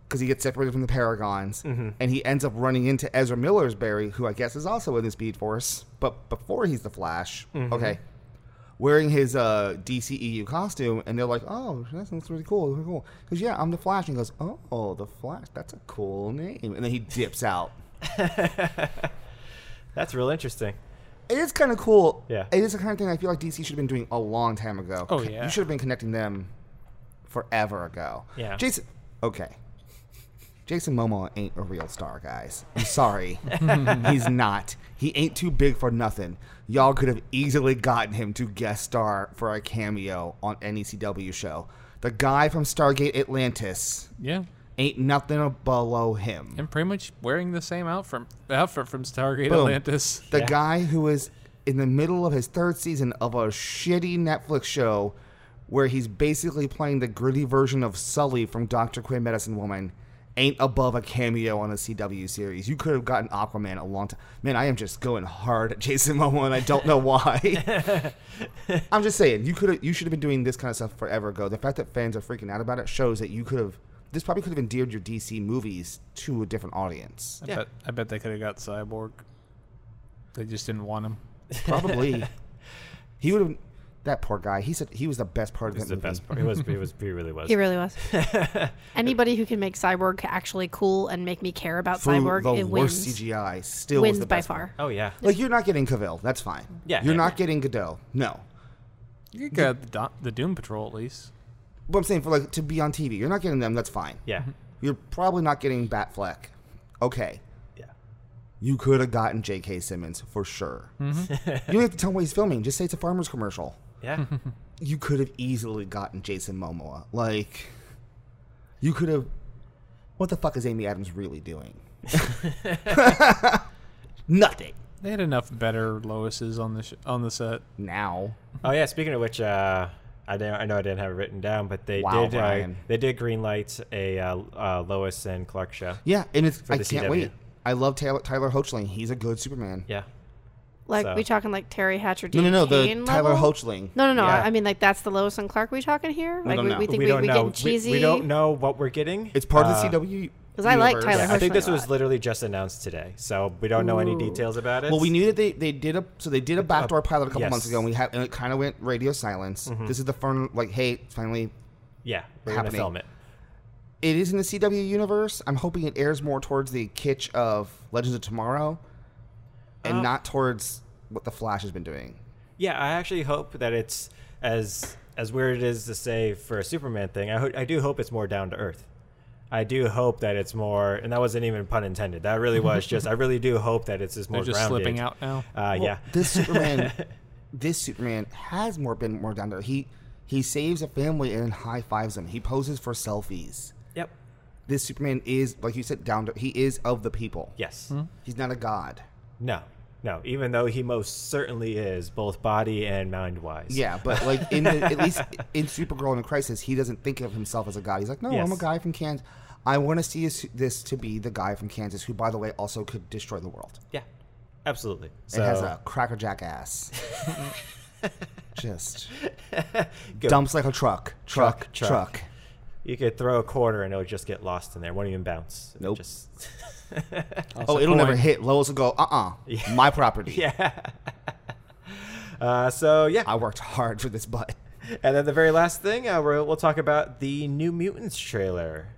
Speaker 1: because he gets separated from the Paragons, and he ends up running into Ezra Miller's Barry, who I guess is also in the Speed Force, but before he's the Flash. Okay. Wearing his uh, DCEU costume, and they're like, "Oh, that looks really cool, really cool." Because yeah, I'm the Flash, and he goes, "Oh, the Flash, that's a cool name," and then he dips out.
Speaker 2: That's real interesting.
Speaker 1: It is kind of cool.
Speaker 2: Yeah.
Speaker 1: It is the kind of thing I feel like DC should have been doing a long time ago.
Speaker 4: Oh,
Speaker 1: C-
Speaker 4: yeah.
Speaker 1: You should have been connecting them forever ago.
Speaker 2: Yeah.
Speaker 1: Jason. Okay. Jason Momoa ain't a real star, guys. I'm sorry. He's not. He ain't too big for nothing. Y'all could have easily gotten him to guest star for a cameo on any CW show. The guy from Stargate Atlantis
Speaker 4: Yeah.
Speaker 1: ain't nothing below him.
Speaker 4: And pretty much wearing the same outfit, outfit from Stargate
Speaker 1: Boom.
Speaker 4: Atlantis.
Speaker 1: The
Speaker 2: Yeah.
Speaker 1: guy who is in the middle of his third season of a shitty Netflix show where he's basically playing the gritty version of Sully from Dr. Quinn Medicine Woman ain't above a cameo on a CW series. You could have gotten Aquaman a long time. Man, I am just going hard at Jason Momoa and I don't know why. I'm just saying, you could have you should have been doing this kind of stuff forever ago. The fact that fans are freaking out about it shows that you could have this probably could have endeared your DC movies to a different audience.
Speaker 4: I, bet, I bet they could have got Cyborg. They just didn't want him.
Speaker 2: (laughs)
Speaker 1: Probably. he would have. That poor guy. He said he was the best part of
Speaker 2: It's
Speaker 1: that
Speaker 2: the
Speaker 1: movie.
Speaker 2: best part. It was. It was. He really was.
Speaker 3: He really was. Anybody who can make Cyborg actually cool and make me care about
Speaker 1: Through
Speaker 3: Cyborg,
Speaker 1: the
Speaker 3: it
Speaker 1: worst
Speaker 3: wins.
Speaker 1: CGI still was
Speaker 3: Wins
Speaker 1: the
Speaker 3: by
Speaker 1: best
Speaker 3: far.
Speaker 2: oh yeah.
Speaker 1: Like you're not getting Cavill. That's fine.
Speaker 2: Yeah,
Speaker 1: You're
Speaker 2: yeah,
Speaker 1: not getting Godot. No.
Speaker 4: You got the, Do- the Doom Patrol at least.
Speaker 1: But I'm saying for like to be on TV, you're not getting them. That's fine.
Speaker 2: Yeah.
Speaker 1: You're probably not getting Batfleck. Okay.
Speaker 2: Yeah.
Speaker 1: You could have gotten J.K. Simmons for sure.
Speaker 2: Mm-hmm.
Speaker 1: you don't have to tell him what he's filming. Just say it's a farmer's commercial.
Speaker 2: Yeah.
Speaker 1: You could have easily gotten Jason Momoa. Like, you could have. What the fuck is Amy Adams really
Speaker 2: (laughs)
Speaker 1: doing? Nothing.
Speaker 4: They had enough better Loises on the sh- on the set.
Speaker 1: Now.
Speaker 2: oh yeah. Speaking of which, uh, I didn't, I know I didn't have it written down, but they
Speaker 1: Wow,
Speaker 2: did. Uh,
Speaker 1: Brian.
Speaker 2: they did greenlight a uh, uh, Lois and Clark show.
Speaker 1: Yeah, and it's. I
Speaker 2: the
Speaker 1: can't
Speaker 2: CW.
Speaker 1: wait. I love Taylor, Tyler Hoechling. He's a good Superman.
Speaker 2: Yeah.
Speaker 3: Like
Speaker 2: So-
Speaker 3: we talking like Terry Hatcher?
Speaker 1: No, no, no. The
Speaker 3: Kane
Speaker 1: Tyler
Speaker 3: level?
Speaker 1: Hoechling.
Speaker 3: No, no, no.
Speaker 2: Yeah.
Speaker 3: I I mean, like that's the Lois and Clark we talking here. Like
Speaker 1: don't
Speaker 3: we,
Speaker 1: know.
Speaker 3: we think
Speaker 2: we
Speaker 3: we,
Speaker 2: don't
Speaker 3: we,
Speaker 2: know.
Speaker 3: get cheesy.
Speaker 2: We, we don't know what we're getting.
Speaker 1: It's part
Speaker 2: Uh,
Speaker 1: of the CW.
Speaker 3: 'Cause I like
Speaker 1: universe.
Speaker 3: Tyler
Speaker 2: Yeah, I think this
Speaker 3: Personally
Speaker 2: was
Speaker 3: not.
Speaker 2: literally just announced today, so we don't know any details about it.
Speaker 1: Well, we knew that they, they did a so they did a backdoor pilot a couple
Speaker 2: yes. Mm-hmm.
Speaker 1: months ago, and we had and it kind of went radio silence. This is the fun like hey, it's finally
Speaker 2: Yeah, we're gonna
Speaker 1: happening.
Speaker 2: film it.
Speaker 1: it is in the CW universe. I'm hoping it airs more towards the kitsch of Legends of Tomorrow, and not towards what the Flash has been doing.
Speaker 2: Yeah, I actually hope that it's as as weird it is to say for a Superman thing. I ho- I do hope it's more down to earth. I do hope that it's more, and that wasn't even pun intended. That really was just. I really do hope
Speaker 1: (laughs)
Speaker 2: that it's just more.
Speaker 4: They're just
Speaker 2: grounded.
Speaker 4: slipping out now.
Speaker 2: Uh,
Speaker 1: Well,
Speaker 2: yeah,
Speaker 1: this Superman, this Superman has more been more down there. He he saves a family and high fives them. He poses for selfies.
Speaker 2: yep,
Speaker 1: This Superman is like you said down to he is of the people.
Speaker 2: yes,
Speaker 1: He's not a god.
Speaker 2: no, no. Even though he most certainly is both body and mind wise.
Speaker 1: Yeah, but like in the, at least in Supergirl in Crisis, he doesn't think of himself as a guy. He's like, no, I'm a
Speaker 2: Yes.
Speaker 1: guy from Kansas. I want to see this, this to be the guy from Kansas who, by the way, also could destroy the world.
Speaker 2: yeah, absolutely. So
Speaker 1: it has a crackerjack
Speaker 2: (laughs)
Speaker 1: ass. Just
Speaker 2: Go.
Speaker 1: dumps like a truck, truck,
Speaker 2: Truck, truck.
Speaker 1: truck.
Speaker 2: you could throw a quarter and it would just get lost in there. Won't even bounce. It
Speaker 1: Nope.
Speaker 2: Just,
Speaker 1: Oh, it'll never
Speaker 4: point.
Speaker 1: hit. Lois will go, uh uh my
Speaker 2: (laughs)
Speaker 1: property.
Speaker 2: uh, so yeah,
Speaker 1: I worked hard for this butt.
Speaker 2: And then the very last thing, uh, we're, we'll talk about the New Mutants trailer,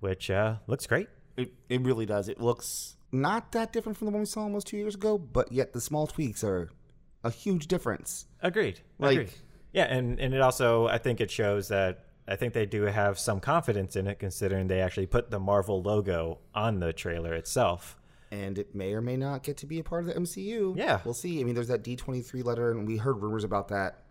Speaker 2: which uh, looks great.
Speaker 1: It, it really does. It looks not that different from the one we saw almost two years ago, but yet the small tweaks are a huge difference.
Speaker 2: Agreed.
Speaker 1: Like-
Speaker 2: Agreed. Yeah, and, and it also, I think it shows that I think they do have some confidence in it, considering they actually put the Marvel logo on the trailer itself.
Speaker 1: and it may or may not get to be a part of the MCU.
Speaker 2: Yeah.
Speaker 1: we'll see. I mean, there's that D23 letter, and we heard rumors about that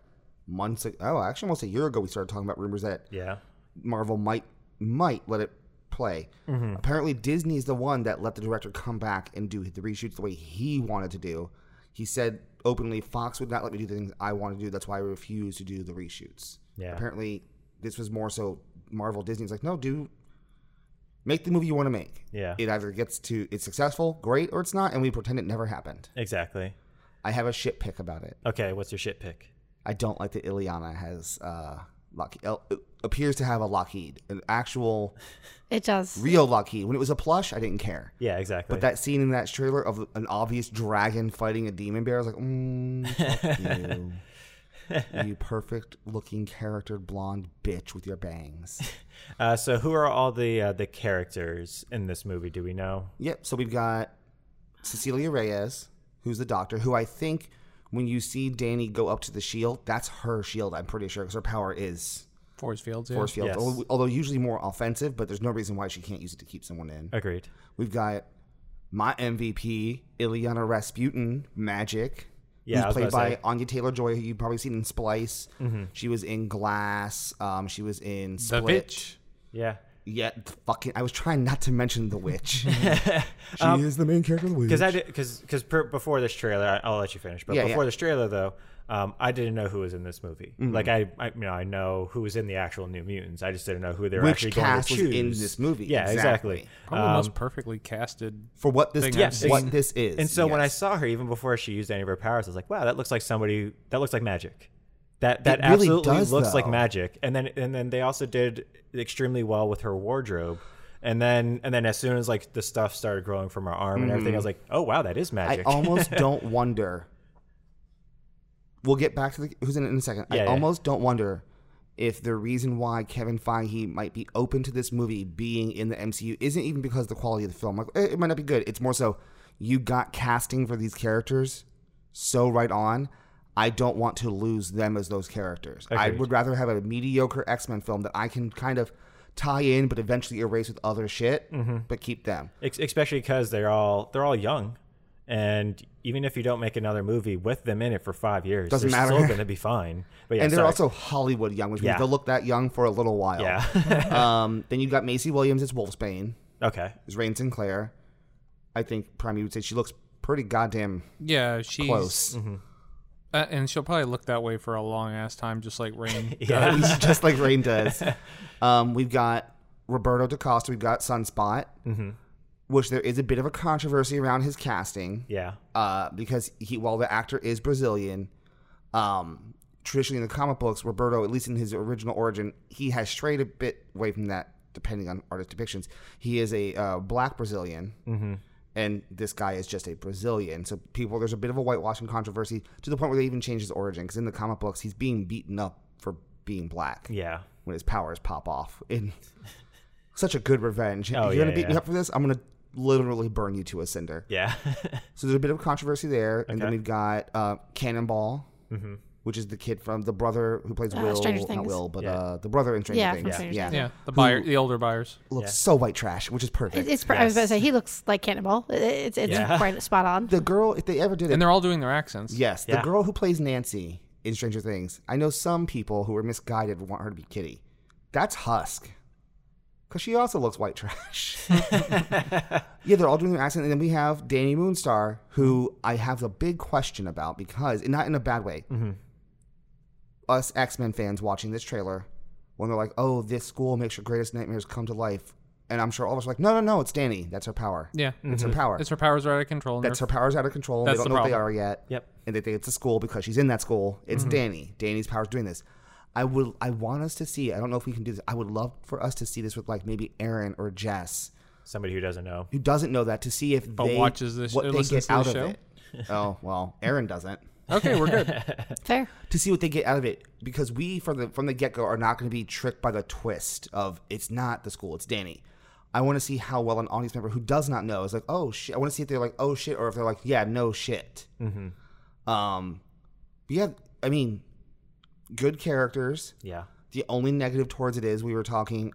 Speaker 1: months ago. Oh, actually, almost a year ago, we started talking about rumors that
Speaker 2: Yeah.
Speaker 1: Marvel might might let it play.
Speaker 2: Mm-hmm.
Speaker 1: Apparently, Disney's the one that let the director come back and do the reshoots the way he wanted to do. He said openly, "Fox would not let me do the things I want to do. That's why I refuse to do the reshoots."
Speaker 2: Yeah.
Speaker 1: Apparently, this was more so Marvel Disney's like, "No, do make the movie you want to make."
Speaker 2: Yeah.
Speaker 1: It either gets to it's successful, great, or it's not, and we pretend it never happened.
Speaker 2: Exactly.
Speaker 1: I have a shit pick about it.
Speaker 2: Okay, what's your shit pick?
Speaker 1: I don't like that Ileana has uh, Lockheed uh, appears to have a Lockheed, an actual
Speaker 3: It does.
Speaker 1: real Lockheed. When it was a plush, I didn't care.
Speaker 2: Yeah, exactly.
Speaker 1: But that scene in that trailer of an obvious dragon fighting a demon bear, I was like, mm, fuck you. you perfect looking charactered blonde bitch with your bangs.
Speaker 2: uh, so, who are all the uh, the characters in this movie? Do we know?
Speaker 1: Yep. So we've got Cecilia Reyes, who's the doctor, who I think when you see Danny go up to the shield, that's her shield, I'm pretty sure, because her power is
Speaker 4: Force fields. Yeah.
Speaker 1: force field.
Speaker 2: Yes.
Speaker 1: Although, although usually more offensive, but there's no reason why she can't use it to keep someone in.
Speaker 2: Agreed.
Speaker 1: We've got my MVP, Ileana Rasputin, Magic.
Speaker 2: Yeah, I
Speaker 1: who's
Speaker 2: was
Speaker 1: played
Speaker 2: about to
Speaker 1: by
Speaker 2: say. Mm-hmm.
Speaker 1: Anya Taylor Joy, who you've probably seen in Splice. She was in Glass. Um, she was in
Speaker 4: The
Speaker 1: Split.
Speaker 4: bitch.
Speaker 2: Yeah.
Speaker 1: Yeah, th- fucking. I was trying not to mention the witch. (laughs) she is the main character of the witch.
Speaker 2: Because I did because because before this trailer, I, I'll let you finish. But
Speaker 1: Yeah,
Speaker 2: before
Speaker 1: yeah.
Speaker 2: this trailer, though, um, I didn't know who was in this movie.
Speaker 1: Mm-hmm.
Speaker 2: Like I, I, you know, I know who was in the actual New Mutants. I just didn't know who they were
Speaker 1: Which
Speaker 2: actually
Speaker 1: cast was
Speaker 2: going to
Speaker 1: in
Speaker 2: choose
Speaker 1: this movie,
Speaker 2: Yeah,
Speaker 1: exactly.
Speaker 2: exactly.
Speaker 4: Probably the
Speaker 2: Um,
Speaker 4: most perfectly casted.
Speaker 1: for what this
Speaker 4: Thing
Speaker 1: yeah,
Speaker 4: I've
Speaker 2: seen.
Speaker 1: what this is.
Speaker 2: and so when I
Speaker 1: yes.
Speaker 2: saw her, even before she used any of her powers, I was like, wow, that looks like somebody. That looks like magic. That that
Speaker 1: really
Speaker 2: absolutely
Speaker 1: does,
Speaker 2: looks like
Speaker 1: though.
Speaker 2: magic. And then and then they also did extremely well with her wardrobe. And then and then as soon as like the stuff started growing from her arm and everything, I was like, oh wow, that is
Speaker 1: Mm-hmm. I
Speaker 2: magic.
Speaker 1: almost don't wonder. We'll get back to the, who's in it in a second. I
Speaker 2: Yeah, yeah.
Speaker 1: almost don't wonder if the reason why Kevin Feige might be open to this movie being in the MCU isn't even because of the quality of the film. Like eh, it might not be good. It's more so you got casting for these characters so right on. I don't want to lose them as those characters. I
Speaker 2: Agreed.
Speaker 1: would rather have a mediocre X Men film that I can kind of tie in but eventually erase with other shit,
Speaker 2: Mm-hmm.
Speaker 1: but keep them.
Speaker 2: (laughs) Ex- especially because they're all they're all young, and even if you don't make another movie with them in it for five years,
Speaker 1: Doesn't
Speaker 2: they're
Speaker 1: matter. (laughs)
Speaker 2: still going to be fine. But yeah,
Speaker 1: and they're
Speaker 2: sorry.
Speaker 1: also Hollywood young, which means
Speaker 2: Yeah.
Speaker 1: they'll look that young for a little while.
Speaker 2: yeah. (laughs)
Speaker 1: um, then you've got Macy Williams as Wolfsbane,
Speaker 2: okay.
Speaker 1: as Rain Sinclair. I think Prime, you would say she looks pretty goddamn
Speaker 4: Yeah, she's
Speaker 1: close.
Speaker 4: Uh, and she'll probably look that way for a long ass time, just like Rain.
Speaker 2: Yeah.
Speaker 1: (laughs) just like
Speaker 2: (laughs)
Speaker 1: Rain does. Um, we've got Roberto DaCosta. We've got Sunspot,
Speaker 2: Mm-hmm.
Speaker 1: which there is a bit of a controversy around his casting
Speaker 2: Yeah.
Speaker 1: uh, because he, while the actor is Brazilian, um, traditionally in the comic books, Roberto, at least in his original origin, he has strayed a bit away from that, depending on artist depictions. He is a uh, black Brazilian.
Speaker 2: Mm-hmm.
Speaker 1: And this guy is just a Brazilian, so people there's a bit of a whitewashing controversy to the point where they even changed his origin because in the comic books he's being beaten up for being black
Speaker 2: Yeah. (laughs)
Speaker 1: when his powers pop off. In (laughs) such a good revenge.
Speaker 2: Oh,
Speaker 1: You're
Speaker 2: yeah,
Speaker 1: gonna beat me
Speaker 2: yeah.
Speaker 1: up for this? I'm gonna literally burn you to a cinder.
Speaker 2: Yeah.
Speaker 1: So there's a bit of controversy there, and then
Speaker 2: Okay. Mm-hmm.
Speaker 1: we've got uh, Cannonball, which is the kid from the brother who plays
Speaker 3: Uh,
Speaker 1: Will,
Speaker 3: Stranger
Speaker 1: not
Speaker 3: Things.
Speaker 1: Will, but
Speaker 2: Yeah.
Speaker 1: uh, the brother in Stranger
Speaker 3: Yeah, from
Speaker 1: Things.
Speaker 3: Stranger
Speaker 1: yeah,
Speaker 3: Things.
Speaker 4: yeah, the buyer, the older buyers.
Speaker 1: looks
Speaker 2: Yeah.
Speaker 1: so white trash, which is perfect.
Speaker 3: It- It's. pr I
Speaker 2: Yes.
Speaker 3: was about to say he looks like Cannonball. It- It's it's
Speaker 2: Yeah.
Speaker 3: quite spot on.
Speaker 1: the girl, if they ever did it,
Speaker 4: And they're all doing their accents.
Speaker 1: yes, the
Speaker 2: Yeah.
Speaker 1: girl who plays Nancy in Stranger Things. I know some people who are misguided want her to be Kitty. That's Husk, because she also looks white trash. (laughs) Yeah, they're all doing their accent, and then we have Danny Moonstar, who I have a big question about because, and not in a bad way. Us X Men fans watching this trailer, when they're like, "Oh, this school makes your greatest nightmares come to life," and I'm sure all of us are like, "No, no, no, it's Danny. That's her power.
Speaker 4: Yeah.
Speaker 1: It's her power.
Speaker 4: It's her powers are out of control. and
Speaker 1: Mm-hmm. That's her
Speaker 4: they're-
Speaker 1: powers out of control. and
Speaker 4: That's
Speaker 1: they don't
Speaker 4: the
Speaker 1: know what they are
Speaker 4: problem. Mm-hmm.
Speaker 1: yet.
Speaker 2: Yep.
Speaker 1: And they think it's a school because she's in that school. It's Danny. Danny's powers doing this. I would. I want us to see. I don't know if we can do this. I would love for us to see this with like maybe Aaron or Jess
Speaker 2: Somebody who doesn't know.
Speaker 1: who doesn't know that to see if they
Speaker 4: watches this-
Speaker 1: what
Speaker 4: or
Speaker 1: they
Speaker 4: listens
Speaker 1: get
Speaker 4: to
Speaker 1: out
Speaker 4: this
Speaker 1: of
Speaker 4: show?
Speaker 1: it. Oh well, Aaron doesn't
Speaker 4: Okay, we're good.
Speaker 3: Fair.
Speaker 1: to see what they get out of it because we from the from the get go are not going to be tricked by the twist of it's not the school, it's Danny. I want to see how well an audience member who does not know is like, oh shit. I want to see if they're like, oh shit, or if they're like, yeah, no shit. Um, but yeah, I mean, good characters.
Speaker 2: Yeah.
Speaker 1: The only negative towards it is we were talking.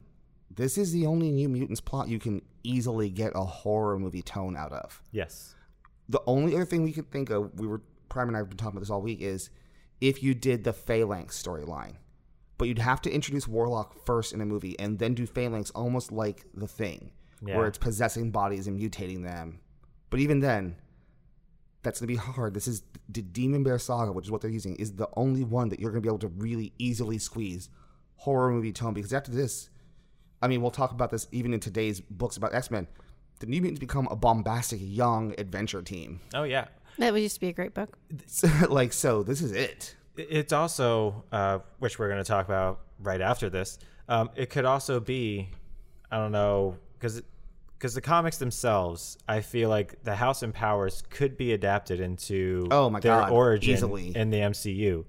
Speaker 1: This is the only New Mutants plot you can easily get a horror movie tone out of
Speaker 2: Yes.
Speaker 1: the only other thing we could think of, we were Prime and I have been talking about this all week, is if you did the Phalanx storyline. But you'd have to introduce Warlock first in a movie and then do Phalanx almost like the thing,
Speaker 2: Yeah.
Speaker 1: where it's possessing bodies and mutating them. But even then, that's going to be hard. This is the Demon Bear Saga, which is what they're using, is the only one that you're going to be able to really easily squeeze horror movie tone. Because after this, I mean, we'll talk about this even in today's books about X Men. The New Mutants become a bombastic young adventure team.
Speaker 2: Oh yeah.
Speaker 3: That would used to be a great book.
Speaker 1: So, (laughs) like, so this is it.
Speaker 2: it's also uh, which we're going to talk about right after this. Um, it could also be, I don't know, because because the comics themselves, I feel like the House and Powers could be adapted into
Speaker 1: Oh my
Speaker 2: their
Speaker 1: God,
Speaker 2: origin
Speaker 1: easily.
Speaker 2: in the
Speaker 1: (clears throat)
Speaker 2: MCU.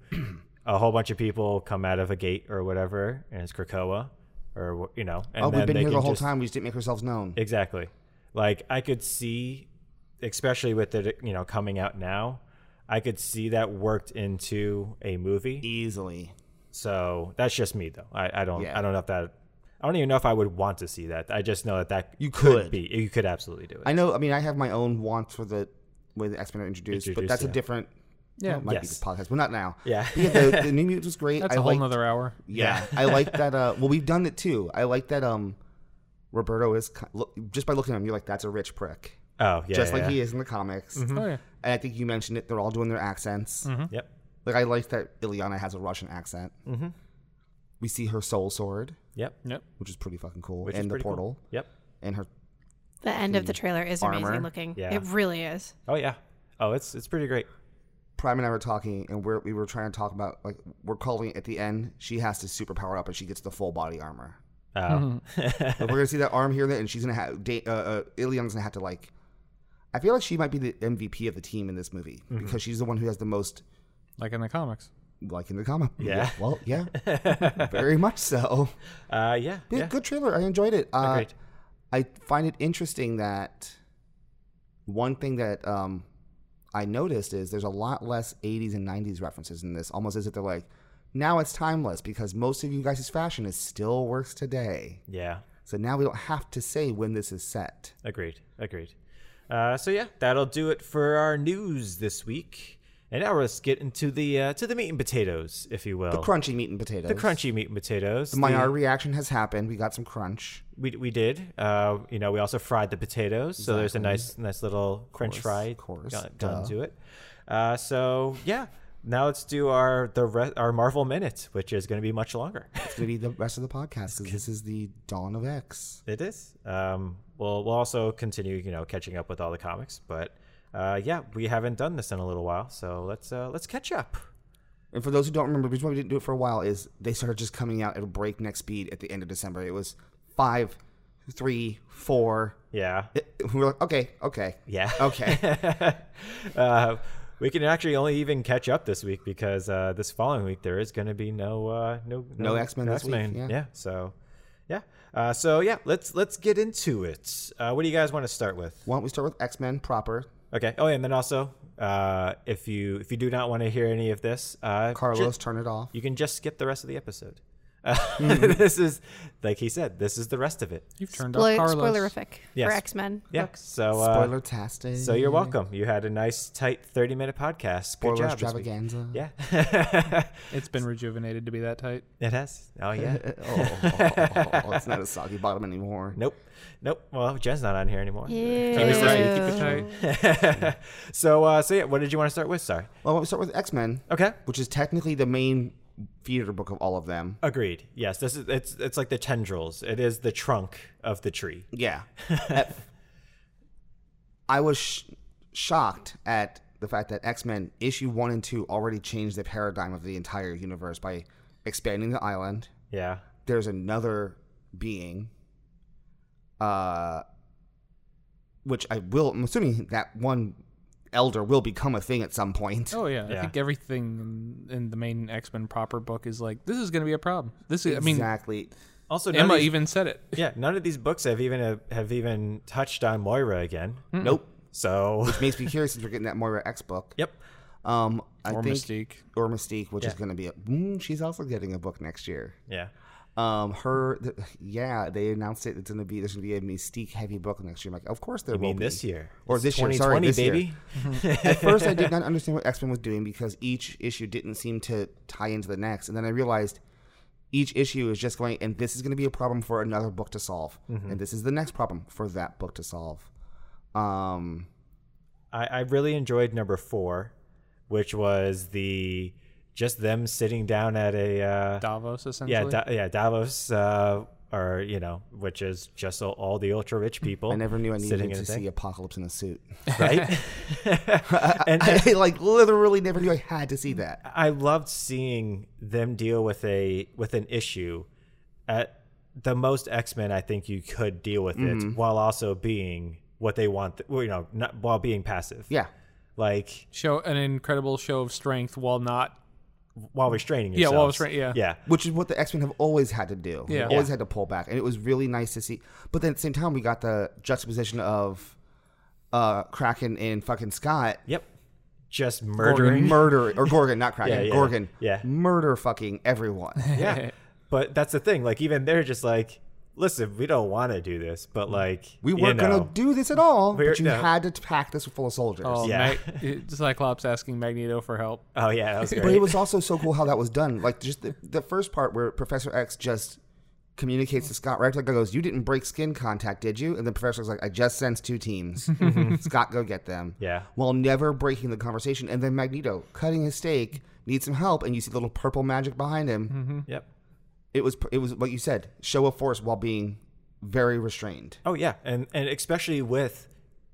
Speaker 2: a whole bunch of people come out of a gate or whatever, and it's Krakoa, or wh- you know, and
Speaker 1: oh, we've
Speaker 2: then
Speaker 1: been
Speaker 2: they
Speaker 1: here the
Speaker 2: can
Speaker 1: whole
Speaker 2: just-
Speaker 1: time. We just didn't make ourselves known.
Speaker 2: Exactly. Like I could see, especially with it, you know, coming out now, I could see that worked into a movie.
Speaker 1: Easily.
Speaker 2: So that's just me though. I, I don't
Speaker 1: Yeah.
Speaker 2: I don't know if that I don't even know if I would want to see that. I just know that that
Speaker 1: You could.
Speaker 2: be you could absolutely do it.
Speaker 1: I know. I mean, I have my own wants for the way the X Men are introduced, but
Speaker 2: Introduced,
Speaker 1: that's a
Speaker 2: yeah.
Speaker 1: different. Yeah, might be
Speaker 2: Yes.
Speaker 1: the podcast, but not now.
Speaker 2: Yeah.
Speaker 1: But yeah the,
Speaker 2: (laughs)
Speaker 1: the New Mutants was great.
Speaker 4: That's
Speaker 1: I
Speaker 4: a whole
Speaker 1: liked-
Speaker 4: nother hour.
Speaker 1: Yeah, I like that. Uh, well, we've done it too. I like that. Um, Roberto is ki- look, just by looking at him, you're like, that's a rich prick,
Speaker 2: oh yeah.
Speaker 1: just
Speaker 2: yeah, Mm-hmm.
Speaker 1: like he
Speaker 2: yeah.
Speaker 1: is in the comics.
Speaker 4: Oh yeah.
Speaker 1: And I think you mentioned it. They're all doing their accents.
Speaker 2: Mm-hmm. Yep.
Speaker 1: Like I like that Ileana has a Russian accent.
Speaker 2: Mhm.
Speaker 1: We see her soul sword,
Speaker 2: Yep.
Speaker 4: Yep.
Speaker 1: which is pretty fucking cool,
Speaker 2: Which is
Speaker 1: and the
Speaker 2: pretty cool.
Speaker 1: portal,
Speaker 2: Yep.
Speaker 1: and her
Speaker 3: The end of the trailer is
Speaker 1: Armor.
Speaker 3: amazing looking.
Speaker 2: Yeah.
Speaker 3: It really is.
Speaker 2: Oh yeah. Oh it's it's pretty great.
Speaker 1: Prime and I were talking, and we're, we were trying to talk about like we're calling at the end. She has to super power up, and she gets the full body
Speaker 2: (laughs)
Speaker 1: armor.
Speaker 2: Oh.
Speaker 1: Mm-hmm. Like, we're gonna see that arm here, and there, and she's gonna have da- uh, uh, Iliana's gonna have to like. I feel like she might be the MVP of the team in this movie
Speaker 2: Mm-hmm.
Speaker 1: because she's the one who has the most,
Speaker 4: Like in the comics.
Speaker 1: like in the comic.
Speaker 2: Yeah.
Speaker 1: Well,
Speaker 2: (laughs)
Speaker 1: yeah. Very much so.
Speaker 2: uh yeah.
Speaker 1: Yeah,
Speaker 2: Yeah.
Speaker 1: Good trailer. I enjoyed it. Uh,
Speaker 2: Agreed.
Speaker 1: I find it interesting that one thing that um, I noticed is there's a lot less 80s and 90s references in this, almost as if they're like, Now it's timeless because most of you guys' fashion is still works today.
Speaker 2: Yeah.
Speaker 1: So now we don't have to say when this is set.
Speaker 2: Agreed. Agreed. Uh, so yeah, that'll do it for our news this week. And now let's get into the uh, to the meat and potatoes, if you will.
Speaker 1: The crunchy meat and potatoes.
Speaker 2: The crunchy meat and potatoes.
Speaker 1: The Maillard reaction has happened. We got some crunch.
Speaker 2: we, we did. Uh, you know, we also fried the potatoes, so there's a nice nice little French fry
Speaker 1: course,
Speaker 2: got,
Speaker 1: duh.
Speaker 2: done to it. Uh, so yeah, now let's do our the re- our Marvel minute, which is going to be much longer. (laughs)
Speaker 1: It's going to be the rest of the podcast 'cause this is the dawn of X.
Speaker 2: It is. Um, we'll we'll also continue, you know, catching up with all the comics. But uh, yeah, we haven't done this in a little while, so let's uh, let's catch up.
Speaker 1: And for those who don't remember, the reason why we didn't do it for a while is they started just coming out at a breakneck speed at the end of December. It was five, three, four.
Speaker 2: Yeah,
Speaker 1: (laughs) We were like, okay, okay,
Speaker 2: yeah.
Speaker 1: (laughs) okay.
Speaker 2: (laughs) uh, we can actually only even catch up this week because uh, this following week there is going to be no uh, no
Speaker 1: No X-Men this week, yeah.
Speaker 2: So yeah. Uh, so yeah, let's let's get into it. Uh, what do you guys want to start with?
Speaker 1: Why don't we start with X Men proper?
Speaker 2: Okay. Oh, yeah, and then also, uh, if you if you do not want to hear any of this, uh, ju-
Speaker 1: Carlos, turn it off.
Speaker 2: you can just skip the rest of the episode. (laughs) Uh, this is like he said. This is the rest of it.
Speaker 4: You've turned
Speaker 3: Spoil-
Speaker 4: off Carlos.
Speaker 3: spoilerific
Speaker 2: Yes.
Speaker 3: for X Men.
Speaker 2: Yeah. So uh,
Speaker 1: Spoiler tastic.
Speaker 2: So you're welcome. You had a nice tight 30 minute podcast.
Speaker 1: Spoiler
Speaker 2: Good job this week.
Speaker 1: extravaganza.
Speaker 2: Yeah.
Speaker 4: It's been rejuvenated to be that tight.
Speaker 2: (laughs) it has.
Speaker 1: (laughs)
Speaker 2: Oh yeah.
Speaker 1: (laughs) oh, it's not a soggy bottom anymore.
Speaker 2: nope. Nope. Well, Jen's not on here anymore.
Speaker 4: Keep it tight.
Speaker 3: Yeah.
Speaker 4: Keep it tight.
Speaker 2: (laughs) so uh so yeah, what did you want to start with? Sorry.
Speaker 1: Well, why don't we start with X Men,
Speaker 2: Okay.
Speaker 1: which is technically the main theater book of all of them.
Speaker 2: Agreed. Yes, this is it's it's like the tendrils. It is the trunk of the tree.
Speaker 4: (laughs)
Speaker 1: Yeah. At- I was sh- shocked at the fact that X Men issue one and two already changed the paradigm of the entire universe by expanding the island.
Speaker 2: Yeah.
Speaker 1: There's another being, uh, which I will. I'm assuming that one elder will become a thing at some point.
Speaker 4: Oh yeah,
Speaker 2: Yeah.
Speaker 4: I think everything in, in the main X Men proper book is like this is going to be a problem. This is, I mean,
Speaker 1: exactly.
Speaker 2: Also none
Speaker 4: Emma
Speaker 2: of these,
Speaker 4: even said it.
Speaker 2: Yeah, none of these books have even uh, have even touched on Moira again.
Speaker 1: Nope.
Speaker 2: So
Speaker 1: Makes me curious since we're getting that Moira X book.
Speaker 2: (laughs) Yep.
Speaker 1: Um, I
Speaker 4: Or
Speaker 1: think,
Speaker 4: Mystique.
Speaker 1: Or Mystique, which is
Speaker 2: Yeah.
Speaker 1: going to be a. Mm, she's also getting a book next year.
Speaker 2: Yeah.
Speaker 1: Um, her, th- yeah, they announced it. It's gonna be there's gonna be a mystique heavy book next year. I'm like, of course there
Speaker 2: I
Speaker 1: will
Speaker 2: mean
Speaker 1: be
Speaker 2: this year.
Speaker 1: or
Speaker 2: It's
Speaker 1: this year. Sorry, this year.
Speaker 2: baby.
Speaker 1: (laughs) At first, I did
Speaker 2: (laughs)
Speaker 1: not understand what X Men was doing because each issue didn't seem to tie into the next, and then I realized each issue is just going, and this is gonna be a problem for another book to solve,
Speaker 2: Mm-hmm.
Speaker 1: and this is the next problem for that book to solve. Um,
Speaker 2: I, I really enjoyed number four, which was the just them sitting down at a uh,
Speaker 4: Davos essentially.
Speaker 2: yeah da- yeah Davos uh, or you know which is just all, all the ultra rich people.
Speaker 1: Hmm. I never knew I
Speaker 2: sitting
Speaker 1: needed
Speaker 2: in a
Speaker 1: to see
Speaker 2: thing,
Speaker 1: Apocalypse in a suit. (laughs)
Speaker 2: (laughs) right. and, and
Speaker 1: I like literally never knew I had to see that.
Speaker 2: I loved seeing them deal with a with an issue at the most X Men I think you could deal with
Speaker 1: Mm-hmm.
Speaker 2: it while also being what they want. well, you know, not, while being passive.
Speaker 1: Yeah,
Speaker 2: like
Speaker 4: Show an incredible show of strength while not.
Speaker 2: while restraining
Speaker 4: Yeah,
Speaker 2: yourselves.
Speaker 4: while restrain- yeah.
Speaker 2: Yeah.
Speaker 1: which is what the X Men have always had to do. They've
Speaker 4: Yeah.
Speaker 1: always
Speaker 2: Yeah.
Speaker 1: had to pull back, and it was really nice to see. But then at the same time, we got the juxtaposition of uh, Kraken and fucking Scott
Speaker 2: Yep. Just
Speaker 1: Gorgon
Speaker 2: murdering.
Speaker 4: (laughs)
Speaker 1: murder
Speaker 2: (laughs)
Speaker 1: or Gorgon, not Kraken,
Speaker 2: Yeah, yeah,
Speaker 1: Gorgon,
Speaker 2: yeah.
Speaker 1: murder fucking
Speaker 2: (laughs)
Speaker 1: everyone.
Speaker 2: yeah. But that's the thing. Like even they're just like, listen, we don't want to do this, but like
Speaker 1: Mm. We
Speaker 2: you
Speaker 1: weren't
Speaker 2: know.
Speaker 1: gonna do this at all,
Speaker 2: We're-
Speaker 1: but you
Speaker 2: no.
Speaker 1: had to pack this full of soldiers.
Speaker 4: Oh,
Speaker 2: Yeah. (laughs)
Speaker 4: Mag- Cyclops asking Magneto for help.
Speaker 2: Oh yeah, that was
Speaker 1: (laughs) But
Speaker 2: great.
Speaker 1: it was also so cool how that was done. Like just the, the first part where Professor X just communicates to Scott right after that goes, "You didn't break skin contact, did you?" And then Professor X's like, "I just sensed two
Speaker 2: (laughs)
Speaker 1: teams. Scott, go get them."
Speaker 2: Yeah.
Speaker 1: While never breaking the conversation, and then Magneto cutting his steak needs some help, and you see the little purple magic behind him.
Speaker 2: yep.
Speaker 1: It was it was what you said, show of force while being very restrained.
Speaker 2: Oh yeah, and and especially with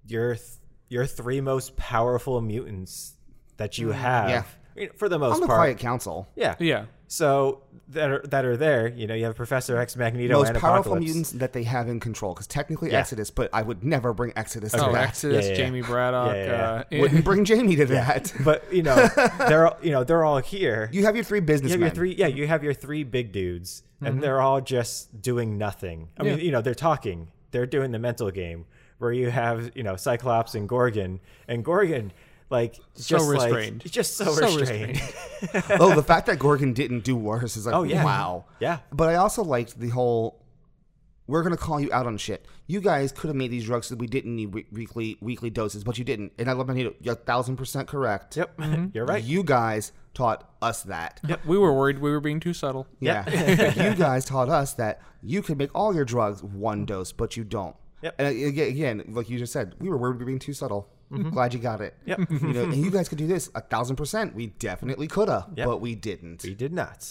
Speaker 2: your th- your three most powerful mutants that you have,
Speaker 1: Mm, yeah.
Speaker 2: you know, for the
Speaker 1: On
Speaker 2: most
Speaker 1: the
Speaker 2: part,
Speaker 1: Quiet Council,
Speaker 2: (laughs) yeah,
Speaker 4: Yeah.
Speaker 2: So that are that are there, you know, you have Professor X, Magneto,
Speaker 1: most
Speaker 2: and
Speaker 1: powerful
Speaker 2: Apocalypse.
Speaker 1: mutants that they have in control, because technically
Speaker 2: Yeah.
Speaker 1: Exodus, but I would never bring Exodus to
Speaker 4: Oh,
Speaker 1: that.
Speaker 4: Exodus,
Speaker 2: yeah, yeah.
Speaker 4: Jamie Braddock.
Speaker 2: Yeah, yeah,
Speaker 4: Uh,
Speaker 1: Wouldn't bring Jamie to
Speaker 2: (laughs)
Speaker 1: that.
Speaker 2: But you
Speaker 1: (laughs)
Speaker 2: know, they're all, you know they're all here.
Speaker 1: You have your three
Speaker 2: you have
Speaker 1: businessmen.
Speaker 2: your three yeah you have your three big dudes and they're all just doing nothing i mean
Speaker 4: Mm-hmm. Yeah.
Speaker 2: you know they're talking they're doing the mental game where you have you know cyclops and gorgon and gorgon Like just like-
Speaker 4: restrained.
Speaker 2: just so,
Speaker 4: So
Speaker 2: restrained.
Speaker 1: oh, the fact that Gorgon didn't do worse is like,
Speaker 2: Oh, yeah.
Speaker 1: wow.
Speaker 2: Yeah.
Speaker 1: But I also liked the whole. We're gonna call you out on shit. You guys could have made these drugs that we didn't need we- weekly weekly doses, but you didn't. And I love Magneto. You're a thousand percent correct.
Speaker 2: Yep,
Speaker 4: Mm-hmm.
Speaker 2: (laughs) you're right.
Speaker 1: You guys taught us that.
Speaker 4: (laughs) We were worried we were being
Speaker 2: (laughs)
Speaker 4: too subtle.
Speaker 1: Yeah. (laughs) you guys taught us that you can make all your drugs one dose, but you don't.
Speaker 2: Yep.
Speaker 1: And uh, again, again, like you just said, we were worried we were being too subtle.
Speaker 2: Mm-hmm.
Speaker 1: Glad you got it. Yep.
Speaker 4: mm-hmm.
Speaker 1: you know,
Speaker 2: (laughs)
Speaker 1: and you guys could do this a thousand percent. We definitely coulda,
Speaker 2: Yep.
Speaker 1: but we didn't.
Speaker 2: We did not.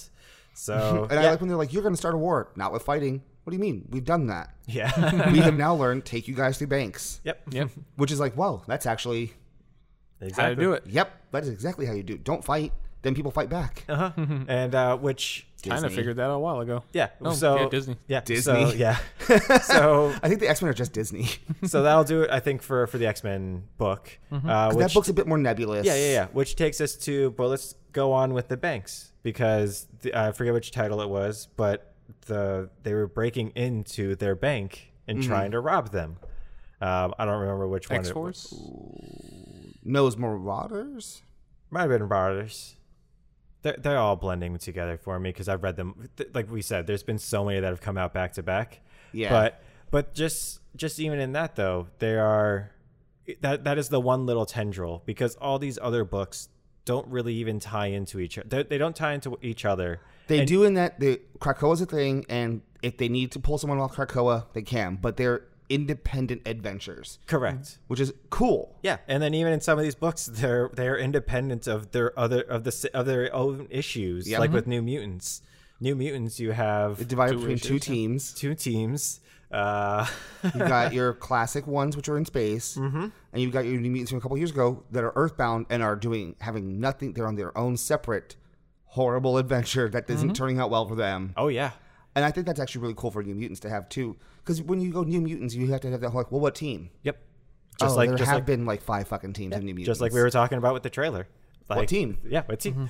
Speaker 2: So
Speaker 4: (laughs)
Speaker 1: And I
Speaker 2: yeah,
Speaker 1: like when they're like, "You're going to start a war, not with fighting." What do you mean? We've done that.
Speaker 2: yeah. (laughs)
Speaker 1: we have now learned take you guys through banks,
Speaker 2: yep,
Speaker 4: Yep.
Speaker 1: which is like, "Whoa, that's actually
Speaker 2: exactly.
Speaker 4: How to do it.
Speaker 1: yep, that is exactly how you do. Don't fight, then people fight back."
Speaker 2: Uh-huh.
Speaker 1: Mm-hmm.
Speaker 2: and uh, which
Speaker 4: Kind of
Speaker 1: Disney.
Speaker 4: figured that out a while ago.
Speaker 2: yeah,
Speaker 4: Oh,
Speaker 2: so
Speaker 4: yeah, Disney.
Speaker 2: yeah,
Speaker 1: Disney.
Speaker 2: so,
Speaker 1: (laughs)
Speaker 2: yeah. (laughs) so
Speaker 1: I think the X Men are just Disney. (laughs) 'Cause
Speaker 2: so that'll do it. I think for for the X Men book,
Speaker 4: Mm-hmm.
Speaker 2: uh,
Speaker 1: that
Speaker 2: which
Speaker 1: book's a bit more nebulous.
Speaker 2: yeah, yeah, yeah. Which takes us to, but let's go on with the banks because the, I forget which title it was, but the they were breaking into their bank and
Speaker 1: Mm-hmm.
Speaker 2: trying to rob them. Um, I don't remember which one.
Speaker 4: X
Speaker 2: It,
Speaker 4: Force.
Speaker 1: Nose Marauders.
Speaker 2: might have been Marauders. They're, they're all blending together for me because I've read them. Th- like we said, there's been so many that have come out back to back.
Speaker 1: Yeah.
Speaker 2: But but just just even in that though, they are that that is the one little tendril because all these other books don't really even tie into each other. They, they don't tie into each other.
Speaker 1: They do in that the Krakoa's a thing, and if they need to pull someone off Krakoa, they can. But they're independent adventures,
Speaker 2: Correct.
Speaker 1: which is cool.
Speaker 2: Yeah, and then even in some of these books, they're they're independent of their other of the s- of their own issues.
Speaker 1: Yeah. Mm-hmm.
Speaker 2: Like with New Mutants, New Mutants, you have
Speaker 1: Divided between two teams.
Speaker 2: two teams. Uh,
Speaker 1: You've
Speaker 2: (laughs)
Speaker 1: got your classic ones, which are in space,
Speaker 2: Mm-hmm.
Speaker 1: and you've got your new mutants from a couple years ago that are Earthbound and are doing having nothing. They're on their own separate horrible adventure that
Speaker 2: Mm-hmm.
Speaker 1: isn't turning out well for them.
Speaker 2: oh yeah,
Speaker 1: And I think that's actually really cool for New Mutants to have too, because when you go New Mutants, you have to have that whole like, well, what team?
Speaker 2: yep. Just
Speaker 1: oh,
Speaker 2: like
Speaker 1: there
Speaker 2: just
Speaker 1: have
Speaker 2: like,
Speaker 1: been like five fucking teams of New Mutants,
Speaker 2: just like we were talking about with the trailer. Like,
Speaker 1: team?
Speaker 2: Yeah, what team?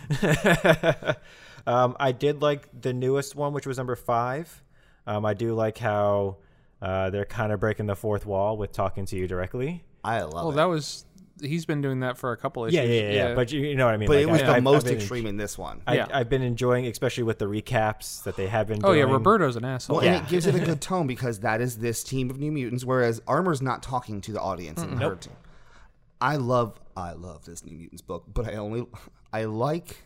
Speaker 2: (laughs) um, I did like the newest one, which was number five. Um, I do like how uh, they're kind of breaking the fourth wall with talking to you directly.
Speaker 1: I love
Speaker 4: Oh,
Speaker 1: it,
Speaker 4: that was. He's been doing that for a couple issues.
Speaker 2: Yeah, yeah, yeah. yeah. But you, you know what I mean.
Speaker 1: but
Speaker 2: Like,
Speaker 1: it was
Speaker 2: I-
Speaker 1: the
Speaker 2: I've- I've
Speaker 1: most
Speaker 2: been-
Speaker 1: extreme in this one.
Speaker 2: I,
Speaker 4: Yeah.
Speaker 2: I've been enjoying, especially with the recaps that they have been.
Speaker 4: oh yeah,
Speaker 2: doing.
Speaker 4: Roberto's an asshole.
Speaker 1: well, and
Speaker 2: yeah.
Speaker 1: it gives it
Speaker 2: (laughs)
Speaker 1: a good tone because that is this team of New Mutants, whereas Armor's not talking to the audience in her
Speaker 2: Nope.
Speaker 1: team. I love I love this New Mutants book, but I only I like